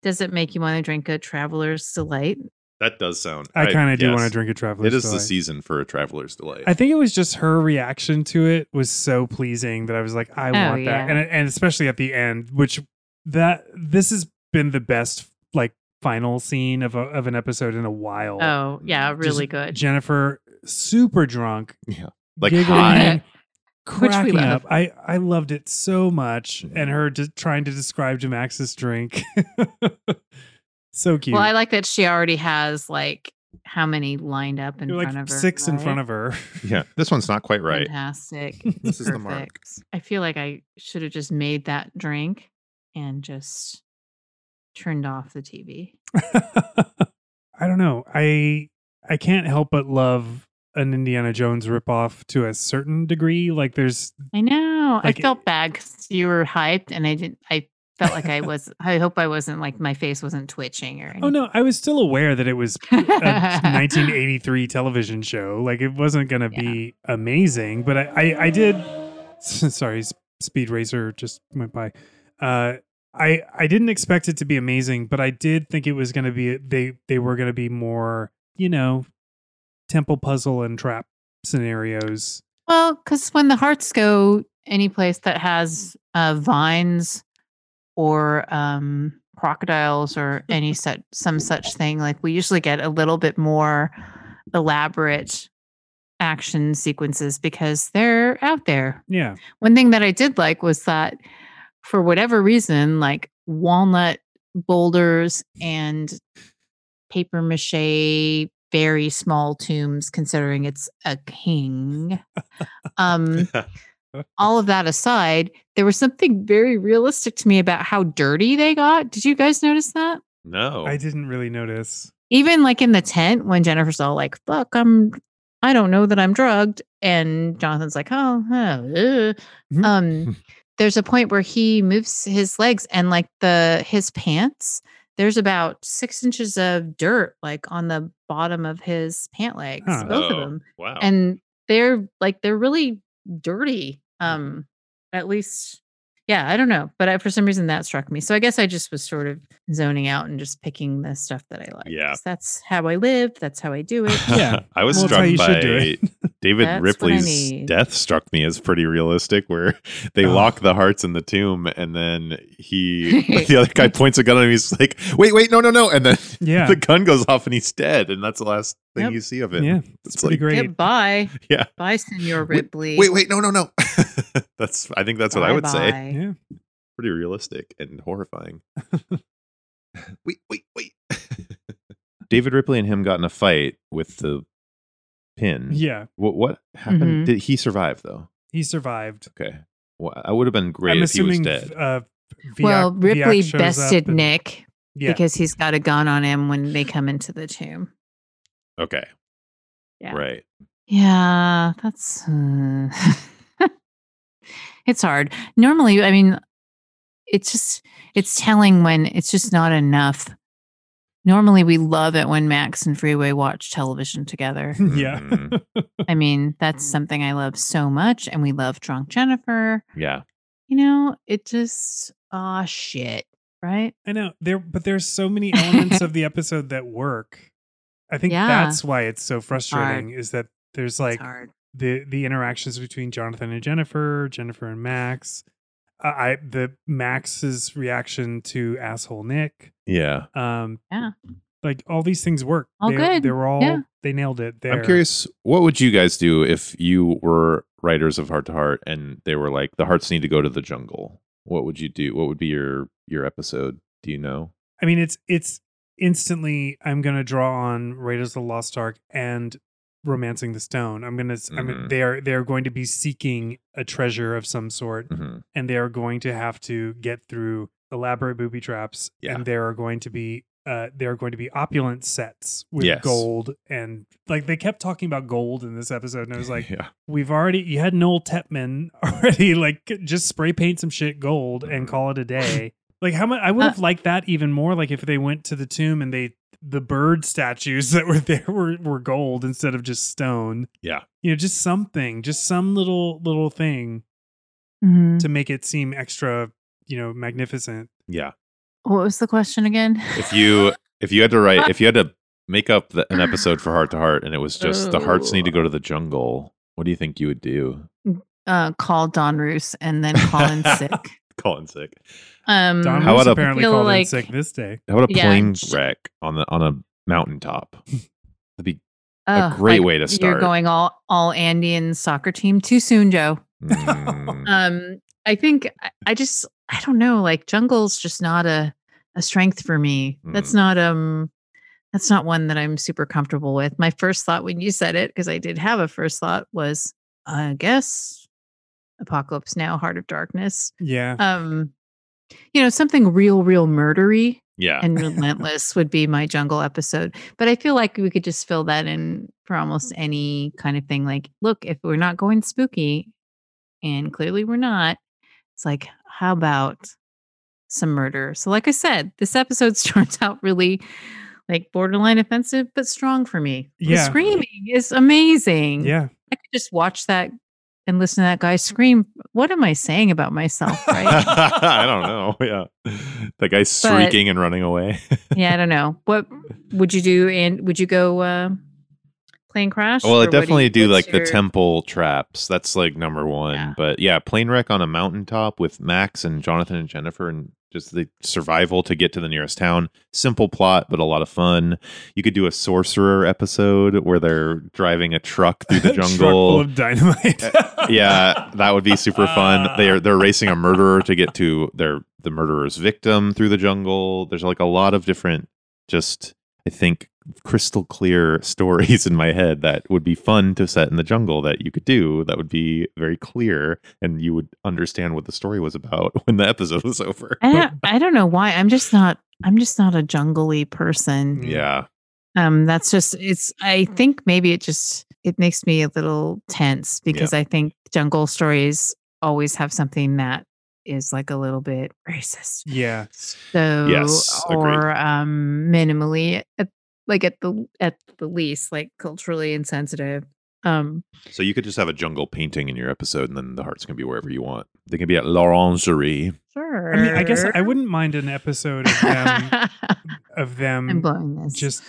does it make you want to drink a traveler's delight? that does sound. I kind of do want to yes. drink a traveler's. It is the delight. season for a traveler's delight. I think it was just her reaction to it was so pleasing that I was like, I want Oh, yeah. that, and and especially at the end, which that this has been the best like final scene of a, of an episode in a while. Oh, yeah, Just really good. Jennifer super drunk, like giggling, high. we cracking up. love. I I loved it so much, Mm-hmm. and her just trying to describe to Max this drink. so cute. Well, I like that she already has like how many lined up in There were, front like of her. six in front right? of her. Yeah, this one's not quite right. Fantastic. This is the mark. Perfect. I feel like I should have just made that drink and just turned off the TV. I don't know. I I can't help but love an Indiana Jones ripoff to a certain degree. Like there's Mm. I know. Like, I felt bad because you were hyped, and I didn't. I felt like I was. I hope I wasn't like my face wasn't twitching or. Anything. oh no, I was still aware that it was a Uh, 1983 television show. Like it wasn't gonna Yeah. be amazing, but I I, I did. Sorry, s- Speed Racer just went by. Uh, I I didn't expect it to be amazing, but I did think it was gonna be they they were gonna be more you know temple puzzle and trap scenarios. Well, because when the hearts go any place that has uh, vines or um, crocodiles or any such some such thing, like we usually get a little bit more elaborate action sequences because they're out there. Yeah. One thing that I did like was that for whatever reason, like walnut boulders and paper mache, very small tombs, considering it's a king. Um, all of that aside, there was something very realistic to me about how dirty they got. Did you guys notice that? no, I didn't really notice. Even like in the tent when Jennifer's all like, fuck, I'm I don't know that I'm drugged. And Jonathan's like, oh, huh, uh." um, there's a point where he moves his legs and like the his pants, there's about six inches of dirt like on the bottom of his pant legs, Huh. both Oh, of them. Wow. And they're like they're really dirty. Mm. Um, at least yeah, I don't know. But I, for some reason that struck me. So I guess I just was sort of zoning out and just picking the stuff that I like. Yeah. That's how I lived, that's how I do it. Yeah. I was Well, that's how struck you should do by it. David That's what I Ripley's need. death struck me as pretty realistic where they Oh. lock the hearts in the tomb and then he the other guy points a gun at him he's like wait wait no no no and then Yeah. the gun goes off and he's dead and that's the last thing Yep. you see of him. yeah. It's, Pretty like great. Goodbye. Yeah. Bye, Senor Wait- Ripley. wait wait no no no. that's I think that's what I would say. Bye-bye. Yeah. Pretty realistic and horrifying. wait wait wait. David Ripley and him got in a fight with the pin. Yeah. What, what happened? Mm-hmm. Mhm. Did he survive though? He survived. Okay. Well, I would have been great I'm if he assuming. was dead. Uh, Viak- Well, Viak Ripley shows up bested and- Nick Yeah. because he's got a gun on him when they come into the tomb. okay. Yeah. Right. Yeah, that's uh, it's hard. Normally, I mean, it's just it's telling when it's just not enough. Normally, we love it when Max and Freeway watch television together. yeah. Mhm. I mean, that's Mm. something I love so much, and we love Drunk Jennifer. Yeah. You know, it just ah shit, right? I know there, but there's so many elements of the episode that work. I think Yeah. that's why it's so frustrating. Is that there's like it's hard. the the interactions between Jonathan and Jennifer, Jennifer and Max. Uh, I the Max's reaction to asshole Nick. Yeah. Um, Yeah. Like all these things work. All they, good. They were all. Yeah. They nailed it. There. I'm curious, what would you guys do if you were writers of Heart to Heart and they were like, the hearts need to go to the jungle? What would you do? What would be your your episode? Do you know? I mean, it's it's instantly. I'm gonna draw on Raiders of the Lost Ark and Romancing the Stone. I'm gonna. s- I'm Mhm. they are they are going to be seeking a treasure of some sort, Mm-hmm. and they are going to have to get through elaborate booby traps, Yeah. and there are going to be. Uh, there are going to be opulent sets with Yes. gold and like they kept talking about gold in this episode and I was like yeah. we've already you had Noel Tetman already like just spray paint some shit gold and Mhm. call it a day. Like how much I would Uh, have liked that even more. Like if they went to the tomb and they the bird statues that were there were were gold instead of just stone. Yeah. You know, just something, just some little little thing Mm-hmm. Mhm. to make it seem extra, you know, magnificent. Yeah. What was the question again? If you if you had to write if you had to make up the, an episode for Heart to Heart and it was just the hearts need to go to the jungle, what do you think you would do? uh, call Don Roos and then call in sick. Colin sick. Um, Don Mm-hmm. How Roos about a- apparently Feel called in like- sick this day. How about a Yeah, plane sh- wreck on the on a mountaintop? That'd be ugh, great way to You're start. going all all Andean soccer team too soon, Joe. Mm, um i think I- i just i don't know like jungle's just not a a strength for me that's Hmm. not um that's not one that i'm super comfortable with my first thought when you said it because i did have a first thought was i guess apocalypse now heart of darkness Yeah. um you know something real real murdery yeah. and relentless would be my jungle episode but i feel like we could just fill that in for almost any kind of thing like look if we're not going spooky and clearly we're not it's like how about some murder so like i said this episode starts out really like borderline offensive but strong for me the Yeah. screaming is amazing Yeah. i could just watch that and listen to that guy scream what am i saying about myself right I don't know. Yeah. The guy shrieking and running away. yeah, I don't know. What would you do? And would you go uh, plane crash? well, or I what do you- definitely do what's like the your- temple traps. That's like number one. Yeah. But yeah, plane wreck on a mountaintop with Max and Jonathan and Jennifer and just the survival to get to the nearest town. Simple plot, but a lot of fun. You could do a sorcerer episode where they're driving a truck through the Truck full jungle. Eh, of dynamite. yeah, that would be super Uh. fun. They're they're racing a murderer to get to their the murderer's victim through the jungle. There's like a lot of different just I think crystal clear stories in my head that would be fun to set in the jungle that you could do that would be very clear and you would understand what the story was about when the episode was over. I don't, I don't know why. I'm just not. I'm just not a jungly person. yeah. Um, that's just. It's. I think maybe it just. It makes me a little tense because I think jungle stories always have something that is like a little bit racist. Yeah. So Yes, agreed. or um minimally at, like at the at the least like culturally insensitive. Um So you could just have a jungle painting in your episode and then the hearts can be wherever you want. They can be at L'Orangerie. sure. I mean, I guess I wouldn't mind an episode of them of I'm them blowing this. just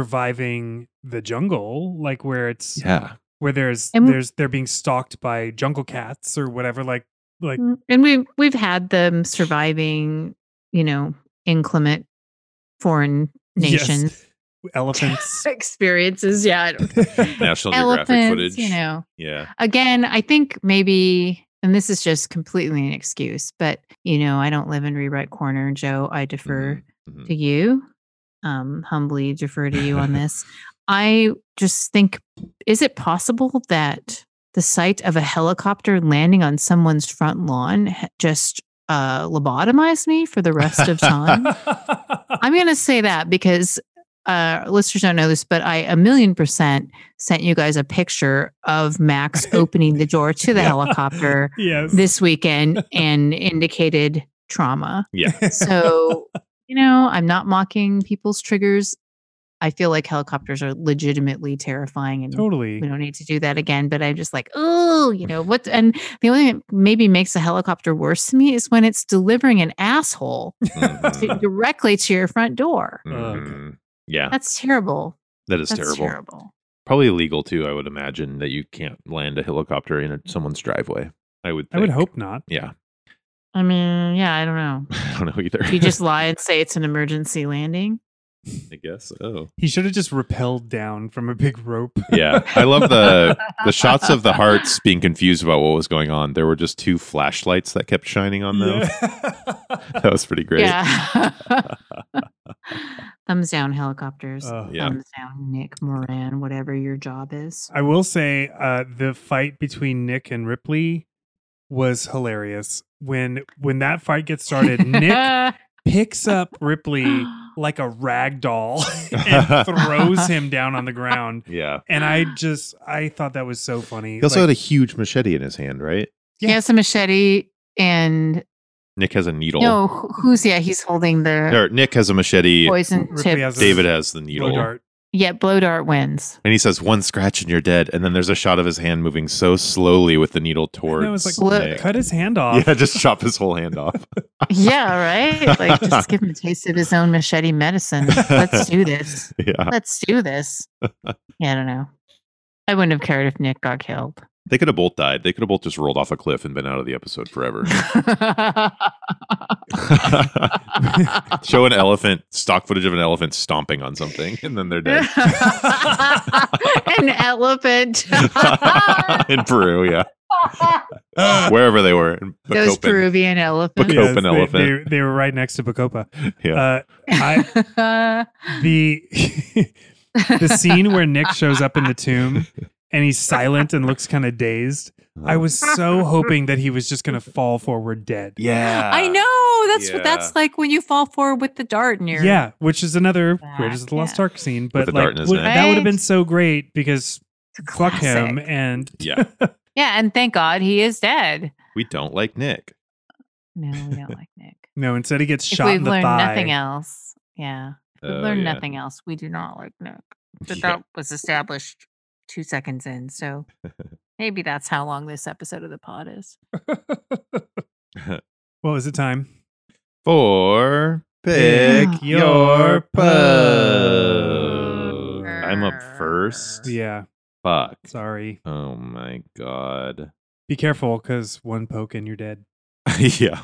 surviving the jungle, like where it's Yeah. where there's And- there's they're being stalked by jungle cats or whatever. Like like Mm, and we we've had them surviving, you know, inclement foreign yes, nation elephants. experiences. Yeah, I don't National Geographic elephants, footage. you know. Yeah. again, I think maybe, and this is just completely an excuse, but you know, I don't live in rewrite corner, Joe. I defer Mhm. to you, um, humbly defer to you on this. I just think, is it possible that the sight of a helicopter landing on someone's front lawn ha- just uh, lobotomized me for the rest of time? I'm going to say that because uh, listeners don't know this, but I a million percent sent you guys a picture of Max opening the door to the Yeah. helicopter yes. this weekend and indicated trauma. Yeah. So, you know, I'm not mocking people's triggers. I feel like helicopters are legitimately terrifying and totally. we don't need to do that again. But I'm just like, oh, you know, what? And the only thing that maybe makes a helicopter worse to me is when it's delivering an asshole to, Mhm. directly to your front door. Oh, okay. Mhm. Yeah. That's terrible. That is That's terrible. terrible. Probably illegal too. I would imagine that you can't land a helicopter in a, someone's driveway. I would. I would think. hope not. Yeah. I mean, yeah, I don't know. I don't know either. Do You just lie and say it's an emergency landing. I guess. Oh. He should have just rappelled down from a big rope. Yeah. I love the the shots of the hearts being confused about what was going on. There were just two flashlights that kept shining on them. Yeah. That was pretty great. Yeah. Thumbs down, helicopters. Uh, Yeah. Thumbs down, Nick Moran, whatever your job is. I will say uh, the fight between Nick and Ripley was hilarious. When when that fight gets started, Nick picks up Ripley like a rag doll and throws him down on the ground. Yeah. And I just I thought that was so funny. He also Like, had a huge machete in his hand, right? He has a machete and Nick has a needle. no, wh- who's yeah? He's holding the Or Nick has a machete. poison Ripley tip. has a David has the blow needle. dart. yeah, blow dart wins. And he says, one scratch and you're dead. And then there's a shot of his hand moving so slowly with the needle towards. And I was Look. like, Nick. cut his hand off. Yeah, just chop his whole hand off. Yeah, right. Like just give him a taste of his own machete medicine. Let's do this. yeah. Let's do this. Yeah, I don't know. I wouldn't have cared if Nick got killed. They could have both died. They could have both just rolled off a cliff and been out of the episode forever. Show an elephant, stock footage of an elephant stomping on something, and then they're dead. An elephant. In Peru, yeah. Ah, wherever they were. In Those Bacopan. Peruvian elephants. Bacopa. Cope an they, elephant. They, they were right next to Bacopa. Uh, Yeah. I, the the scene where Nick shows up in the tomb and he's silent and looks kind of dazed. I was so hoping that he was just going to fall forward dead. Yeah. I know. That's what Yeah. that's like when you fall forward with the dart in your Yeah, which is another Back, Raiders of the Lost yeah. Ark scene, but the like dart in his would- neck. that would have Right? been so great because fuck him Classic. and Yeah. Yeah, and thank God he is dead. We don't like Nick. No, we don't like Nick. no, instead he gets if shot we've in the learned thigh. nothing else, yeah, we've Oh, learned yeah. nothing else. We do not like Nick. But Yeah. that was established two seconds in, so maybe that's how long this episode of the pod is. What was the time? For pick your pug. Oh, I'm up first. Yeah, Fuck. sorry. Oh my god. Be careful because one poke and you're dead. yeah.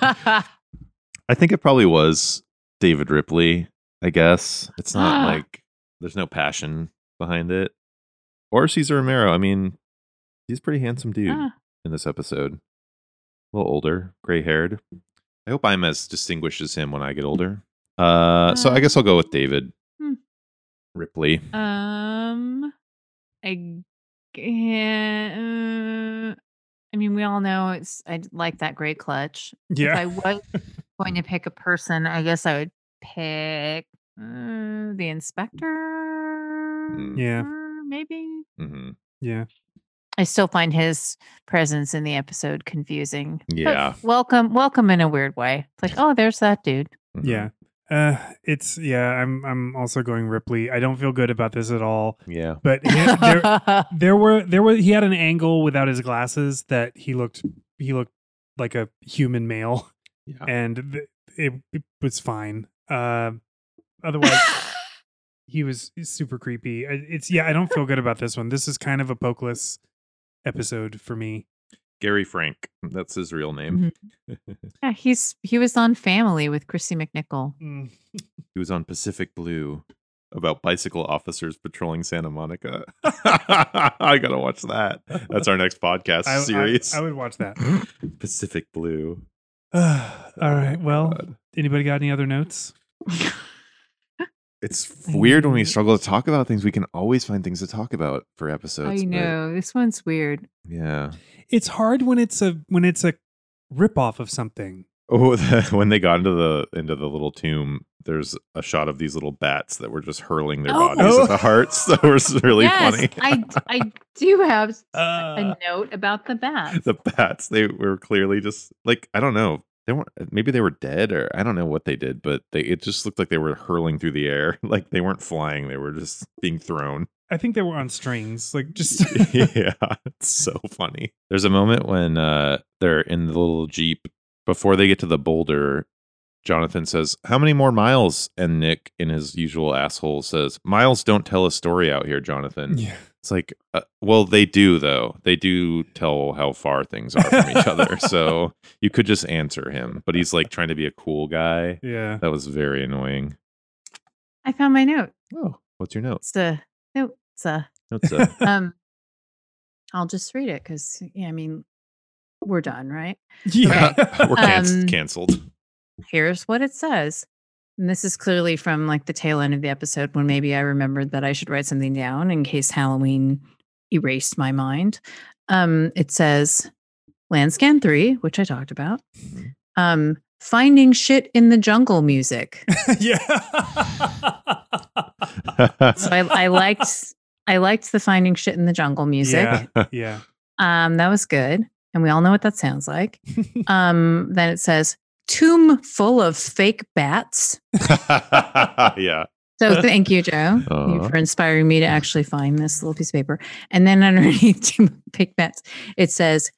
I think it probably was David Ripley, I guess. It's not like there's no passion behind it. Or Cesar Romero. I mean, he's a pretty handsome dude Ah, in this episode. A little older, gray haired. I hope I'm as distinguished as him when I get older. Uh, so I guess I'll go with David Hmm. Ripley. um, I, yeah, uh, I mean, we all know it's. I like that great clutch. If Yeah, I was going to pick a person, I guess I would pick uh, the inspector. yeah, Maybe. Mm-hmm. yeah. I still find his presence in the episode confusing. but Yeah. welcome, welcome in a weird way. It's like, oh, there's that dude. Mm-hmm. Yeah. Uh, it's yeah. I'm I'm also going Ripley. I don't feel good about this at all. Yeah. But he- there, there were there were he had an angle without his glasses that he looked he looked like a human male, Yeah. and th- it, it was fine. Uh, otherwise, he was super creepy. I- It's yeah. I don't feel good about this one. This is kind of a pokeless episode for me. Gary Frank. That's his real name. Mhm. Mm-hmm. yeah, he's he was on Family with Chrissy McNichol. Mm, He was on Pacific Blue about bicycle officers patrolling Santa Monica. I gotta watch that. That's our next podcast I, I- series. I would watch that. Pacific Blue. all Oh my right. Well, God. anybody got any other notes? it's f- weird when we struggle to talk about things. We can always find things to talk about for episodes. I but know this one's weird. Yeah. It's hard when it's a when it's a ripoff of something. Oh, the, when they got into the into the little tomb, there's a shot of these little bats that were just hurling their Oh. bodies Oh. at the hearts. That was really yes, funny. I I do have s- Uh, a note about the bats. the bats they were clearly just like i don't know they weren't uh, maybe they were dead or i don't know what they did but they it just looked like they were hurling through the air like they weren't flying they were just being thrown I think they were on strings, like just yeah it's so funny there's a moment when uh they're in the little jeep before they get to the boulder jonathan says how many more miles and nick in his usual asshole says miles don't tell a story out here jonathan yeah. it's like, uh, well, they do though. They do tell how far things are from each other. So you could just answer him, but he's like trying to be a cool guy. yeah. That was very annoying. I found my note. Oh, what's your note? It's a note. It's a That's uh, a um. I'll just read it because yeah, I mean, we're done, right? Yeah. we're canc- Um, canceled. here's what it says. And this is clearly from like the tail end of the episode when maybe I remembered that I should write something down in case Halloween erased my mind. Um, it says Landscan 3, which I talked about. Mhm. Um, finding shit in the jungle music. yeah. So I, I liked I liked the finding shit in the jungle music. Yeah. yeah. Um, that was good. And we all know what that sounds like. um, then it says tomb full of fake bats. yeah. So thank you, Joe, you- Uh-huh. for inspiring me to actually find this little piece of paper. And then underneath Tim Pick Bets, it says,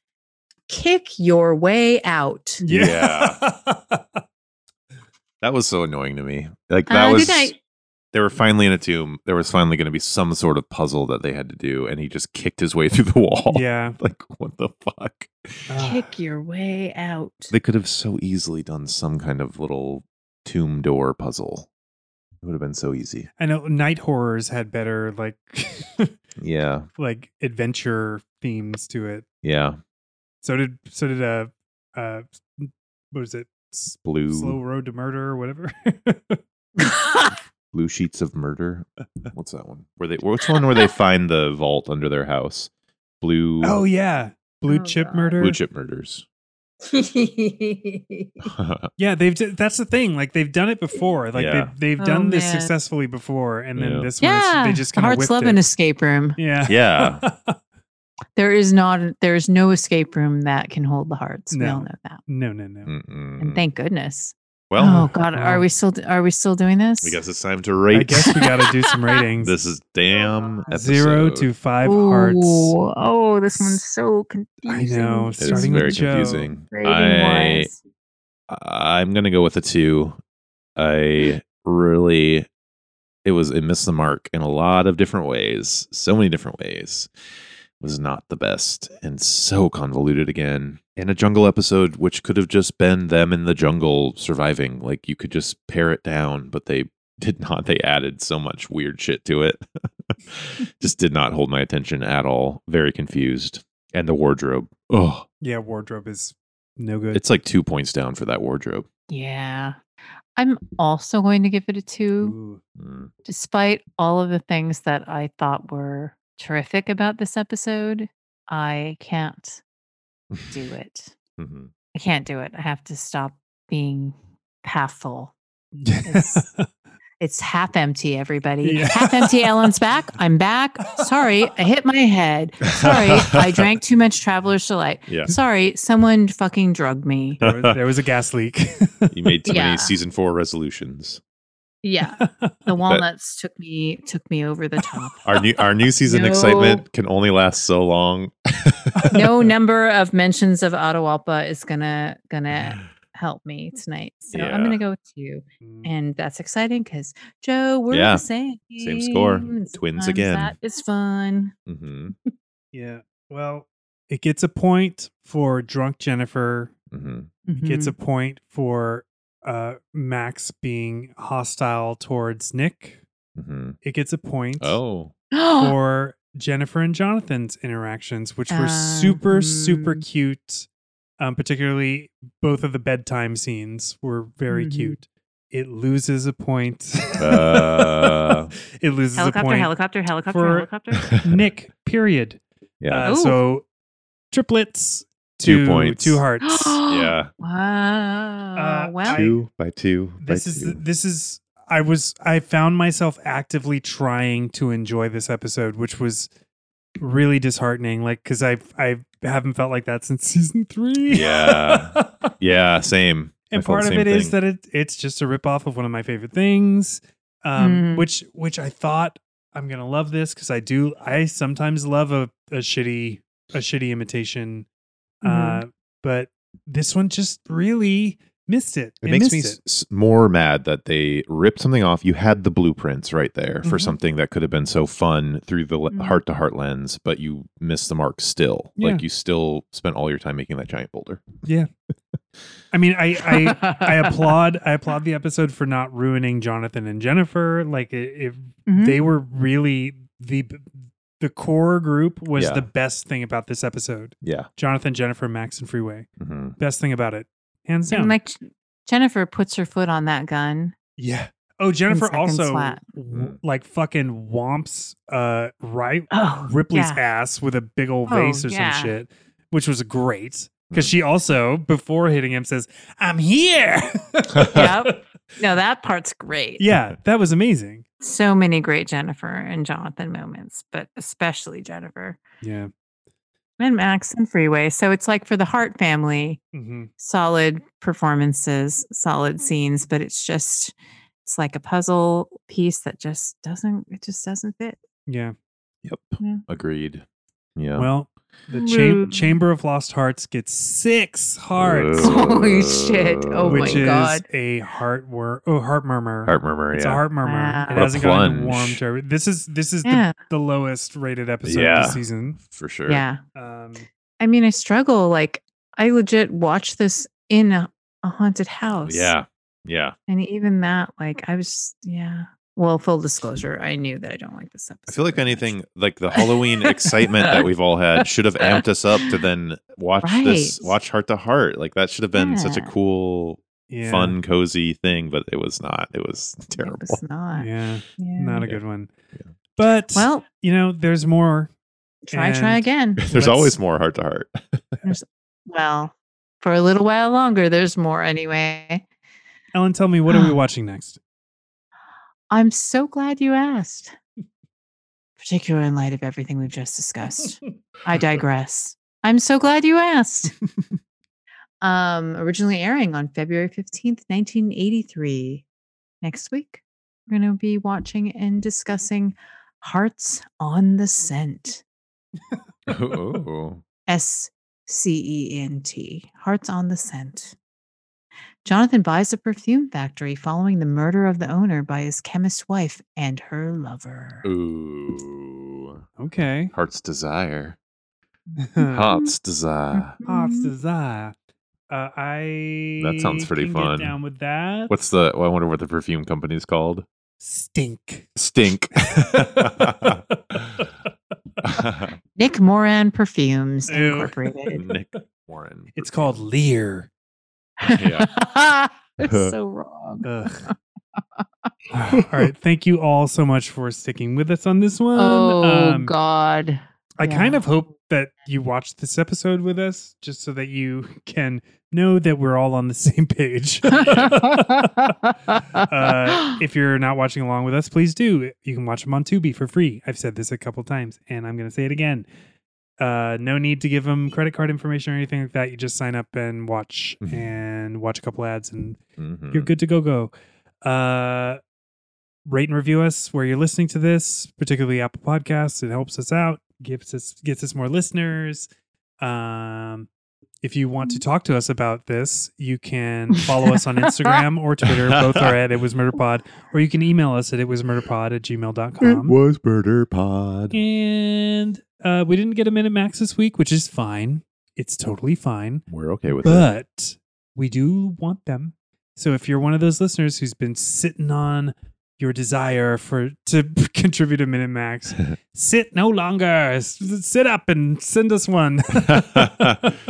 "Kick your way out." That was so annoying to me. Like Uh, that did was I- they were finally in a tomb. There was finally going to be some sort of puzzle that they had to do and he just kicked his way through the wall. Yeah. Like what the fuck? Ah, Kick your way out. They could have so easily done some kind of little tomb door puzzle. It would have been so easy. I know night horrors had better like Yeah. like adventure themes to it. Yeah. So did so did uh uh what is it? S- Blue Slow Road to Murder or whatever. blue sheets of murder. What's that one? Where they which one where they find the vault under their house? Blue oh yeah. Blue Oh, chip God. murder. blue chip murders. Yeah, they've d- that's the thing. Like they've done it before. Like Yeah. they've they've Oh, done this man. successfully before, and then Yeah. this one it's- yeah, they just kind of hearts whipped love it. an escape room. yeah. yeah. There is not. There is no escape room that can hold the hearts. We No. all Mm. know that, no, no, Mm. no. and Mm-mm. thank goodness. Well, oh God, well. are we still? Are we still doing this? I guess it's time to I rate. guess we got to do some ratings. this is damn episode. zero to five hearts. Ooh, Oh, this one's so I confusing. know. It is starting with very Joe. confusing. I Rating-wise. I'm gonna go with a two. I really, it was it missed the mark in a lot of different ways, so many different ways. Was not the best and so convoluted again. And a jungle episode, which could have just been them in the jungle surviving. Like you could just pare it down, but they did not. They added so much weird shit to it. just did not hold my attention at all. Very confused. And the wardrobe. Oh, Yeah, wardrobe is no good. it's like two points down for that wardrobe. Yeah. I'm also going to give it a two, Ooh. Mm. despite all of the things that I thought were terrific about this episode. I can't do it. Mhm. I can't do it. I have to stop being pathful. It's- yeah, It's half empty, everybody. Yeah. Half empty. Ellen's back. I'm back. Sorry, I hit my head. Sorry, I drank too much Traveler's Delight. Yeah. Sorry, someone fucking drugged me. there was, there was a gas leak. You made too Yeah. many season four resolutions. Yeah, the walnuts took me took me over the top. Our new our new season No. excitement can only last so long. no number of mentions of Atahualpa is gonna gonna help me tonight. So I'm Yeah. gonna go with two, Mm. and that's exciting because Joe, we're Yeah. the same. Same score. and Twins sometimes again. That is fun. hmm yeah. Well, it gets a point for drunk Jennifer. hmm It gets Mm-hmm. a point for uh, Max being hostile towards Nick. hmm It gets a point Oh, Mhm. for Jennifer and Jonathan's interactions, which were Uh, super, super Um, cute. Um, particularly, both of the bedtime scenes were very Mhm. cute. It loses a point. Uh. it loses a helicopter, point. helicopter, helicopter, for- helicopter. Nick, period. yeah, Uh, Ooh. so triplets, Two two, points. two hearts. yeah, Wow. Uh, well, I- two by two. by this is two. this is. I was I found myself actively trying to enjoy this episode, which was really disheartening. Like because I I haven't felt like that since season three. Yeah. yeah, same. and part of it is that it it's just a ripoff of one of my favorite things, um, Mm. which which I thought I'm gonna love this because I do I sometimes love a, a shitty a shitty imitation, Mhm. uh, but this one just really missed it. it makes me missed s- s- more mad that they ripped something off. You had the blueprints right there Mm-hmm. for Mhm. something that could have been so fun through the Mhm. heart to heart lens, but you missed the mark still. Yeah. Like you still spent all your time making that giant boulder. I mean, I I, I applaud I applaud the episode for not ruining Jonathan and Jennifer. Like it, it Mhm. they were really the the core group was Yeah. the best thing about this episode. Yeah. Jonathan, Jennifer, Max, and Freeway. hmm Best thing about it, hands down. And like J- Jennifer puts her foot on that gun. yeah. Oh, Jennifer seconds also flat. w- like fucking womps uh right Oh, Ripley's yeah. ass with a big old Oh, vase or yeah. some shit, which was great. Because Mm. she also, before hitting him, says, "I'm here." Yep. No, that part's great. yeah, that was amazing. So many great Jennifer and Jonathan moments, but especially Jennifer Yeah. and Max and Freeway. So it's like for the Hart family, Mm-hmm. solid performances, solid scenes, but it's just it's like a puzzle piece that just doesn't it just doesn't fit. Yeah. Yep. Yeah. Agreed. Yeah. Well, the Rude. cham- Chamber of Lost Hearts gets six hearts, Ugh. Holy shit. Oh my which is God. a heart wor- oh heart murmur. Heart murmur. It's yeah. a heart murmur. Wow. It Or hasn't gotten warm plunge. to this is this is Yeah. the, the lowest rated episode Yeah. of the season. for sure. Yeah. Um, I mean, I struggle. Like I legit watched this in a, a haunted house. Yeah. Yeah. And even that, like, I was, yeah. Well, full disclosure, I knew that I don't like this episode. I feel like very much. anything like the Halloween excitement that we've all had should have amped us up to then watch this, Right. watch Heart to Heart. Like that should have been such a Yeah. cool, Yeah. fun, cozy thing, but it was not. It was terrible. It was not. Yeah. Yeah. Not a Yeah. good one. Yeah. But, Well, you know, there's more. try, try And- again. There's Let's- always more Heart to Heart. Well, for a little while longer, there's more anyway. Ellen, tell me, what are we watching next? I'm so glad you asked, particularly in light of everything we've just discussed. I digress. I'm so glad you asked. um, originally airing on February 15th, 1983. Next week, we're going to be watching and discussing Hearts on the Scent. oh, S C E N T, Hearts on the Scent. Jonathan buys a perfume factory following the murder of the owner by his chemist wife and her lover. ooh, Okay. Heart's Desire, Heart's Heart's Desire. Mm-hmm. Desire. Uh, I That sounds pretty can fun. Get down with that. What's the? well, I wonder what the perfume company's called. stink? Stink. Nick Moran Perfumes Ew. Incorporated. Nick Warren. It's called Lear. Yeah. They're so wrong. Ugh. all right. Thank you all so much for sticking with us on this one. Oh, Um, God. I kind yeah. of hope that you watched this episode with us just so that you can know that we're all on the same page. uh, if you're not watching along with us, please do. You can watch them on Tubi for free. I've said this a couple times, and I'm going to say it again. Uh, no need to give them credit card information or anything like that. You just sign up and watch Mhm. and watch a couple ads, and Mhm. you're good to go. Go. Uh, rate and review us where you're listening to this, particularly Apple Podcasts. It helps us out, gives us gets us more listeners. Um, if you want to talk to us about this, you can follow us on Instagram or Twitter. Both are at It Was Murder Pod, or you can email us at It Was Murder Pod at It gmail.com. was Murder Pod. And uh, we didn't get a minute max this week, which is fine. It's totally fine We're okay with it. but we do want them. So if you're one of those listeners who's been sitting on your desire for to contribute a minute max, sit no longer. S- Sit up and send us one.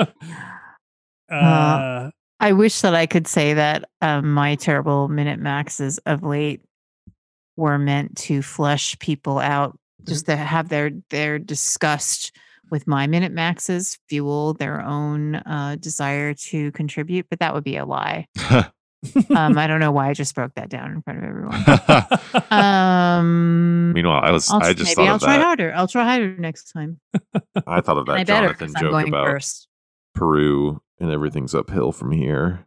uh, I wish that I could say that um, my terrible minute maxes of late were meant to flush people out, Mm-hmm. just to have their their disgust with my minute maxes fuel their own uh, desire to contribute. But that would be a lie. Um, I don't know why I just broke that down in front of everyone. Um, Meanwhile, I was I'll, I just maybe thought I'll of try that. harder. I'll try harder next time. I thought of And I that better Jonathan because I'm joke going about first. Peru and everything's uphill from here.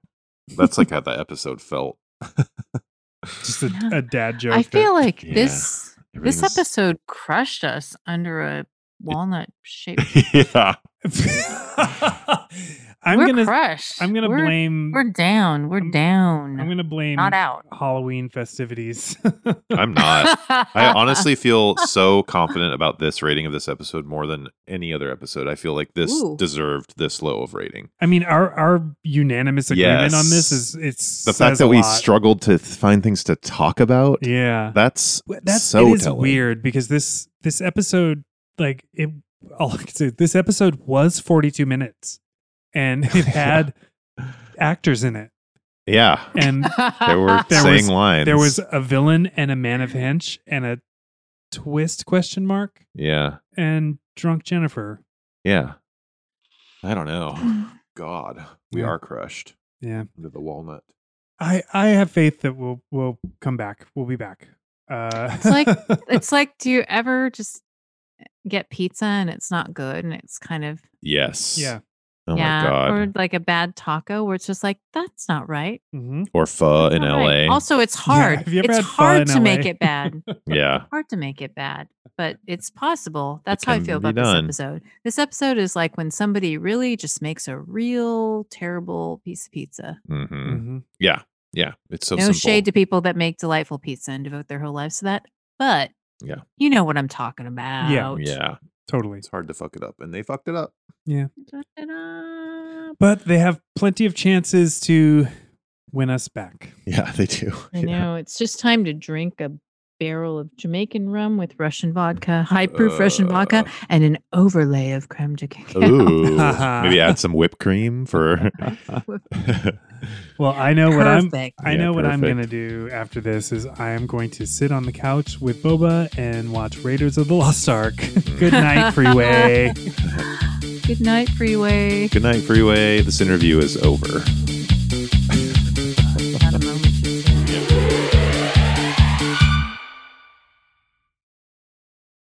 That's like how that episode felt. just a, Yeah. a dad joke. uh, I feel like Yeah. this this Everything's- episode crushed us under a walnut shape. yeah. that- I'm we're gonna crushed. I'm gonna We're- blame We're down. We're I'm- down. I'm gonna blame Not out. Halloween festivities. I'm not. I honestly feel so confident about this rating of this episode more than any other episode. I feel like this Ooh. deserved this low of rating. I mean, our our unanimous agreement on this Yes. is it's The says fact a that we lot. struggled to th- find things to talk about, Yeah. that's Well, that's so it is telling. weird because this this episode like it all I can say this episode was 42 minutes and it had actors in it yeah. and There were There saying was- lines. there was a villain and a man of hench and a twist question mark yeah, and drunk Jennifer yeah. I don't know. God, we Yeah. are crushed yeah under the walnut. I I have faith that we'll we'll come back we'll be back uh It's like- it's like, do you ever just get pizza and it's not good and it's kind of Yes. yeah Oh yeah, my god. or like a bad taco where it's just like that's not right. Mhm. Or, pho in Not right." L.A. Also, it's Yeah, hard. have you ever it's had pho in hard to make LA? it bad. yeah. hard to make it bad, but it's possible. That's how I can feel be about done. this episode. This episode is like when somebody really just makes a real terrible piece of pizza. hmm Mhm. Yeah. Yeah. It's so no simple. shade to people that make delightful pizza and devote their whole lives to that, but Yeah. you know what I'm talking about. yeah. totally It's hard to fuck it up, and they fucked it up. but they have plenty of chances to win us back. Yeah, they do. I Yeah. know. It's just time to drink a barrel of Jamaican rum with Russian vodka, high proof Russian vodka, and an overlay of creme de cacao. Uh. Ooh, maybe add some whipped cream for. Well, I know what I'm. Perfect. I Yeah, know what I'm perfect. gonna do after this is I am going to sit on the couch with Boba and watch Raiders of the Lost Ark. Good night, Freeway. Good night, freeway. Good night, freeway. This interview is over.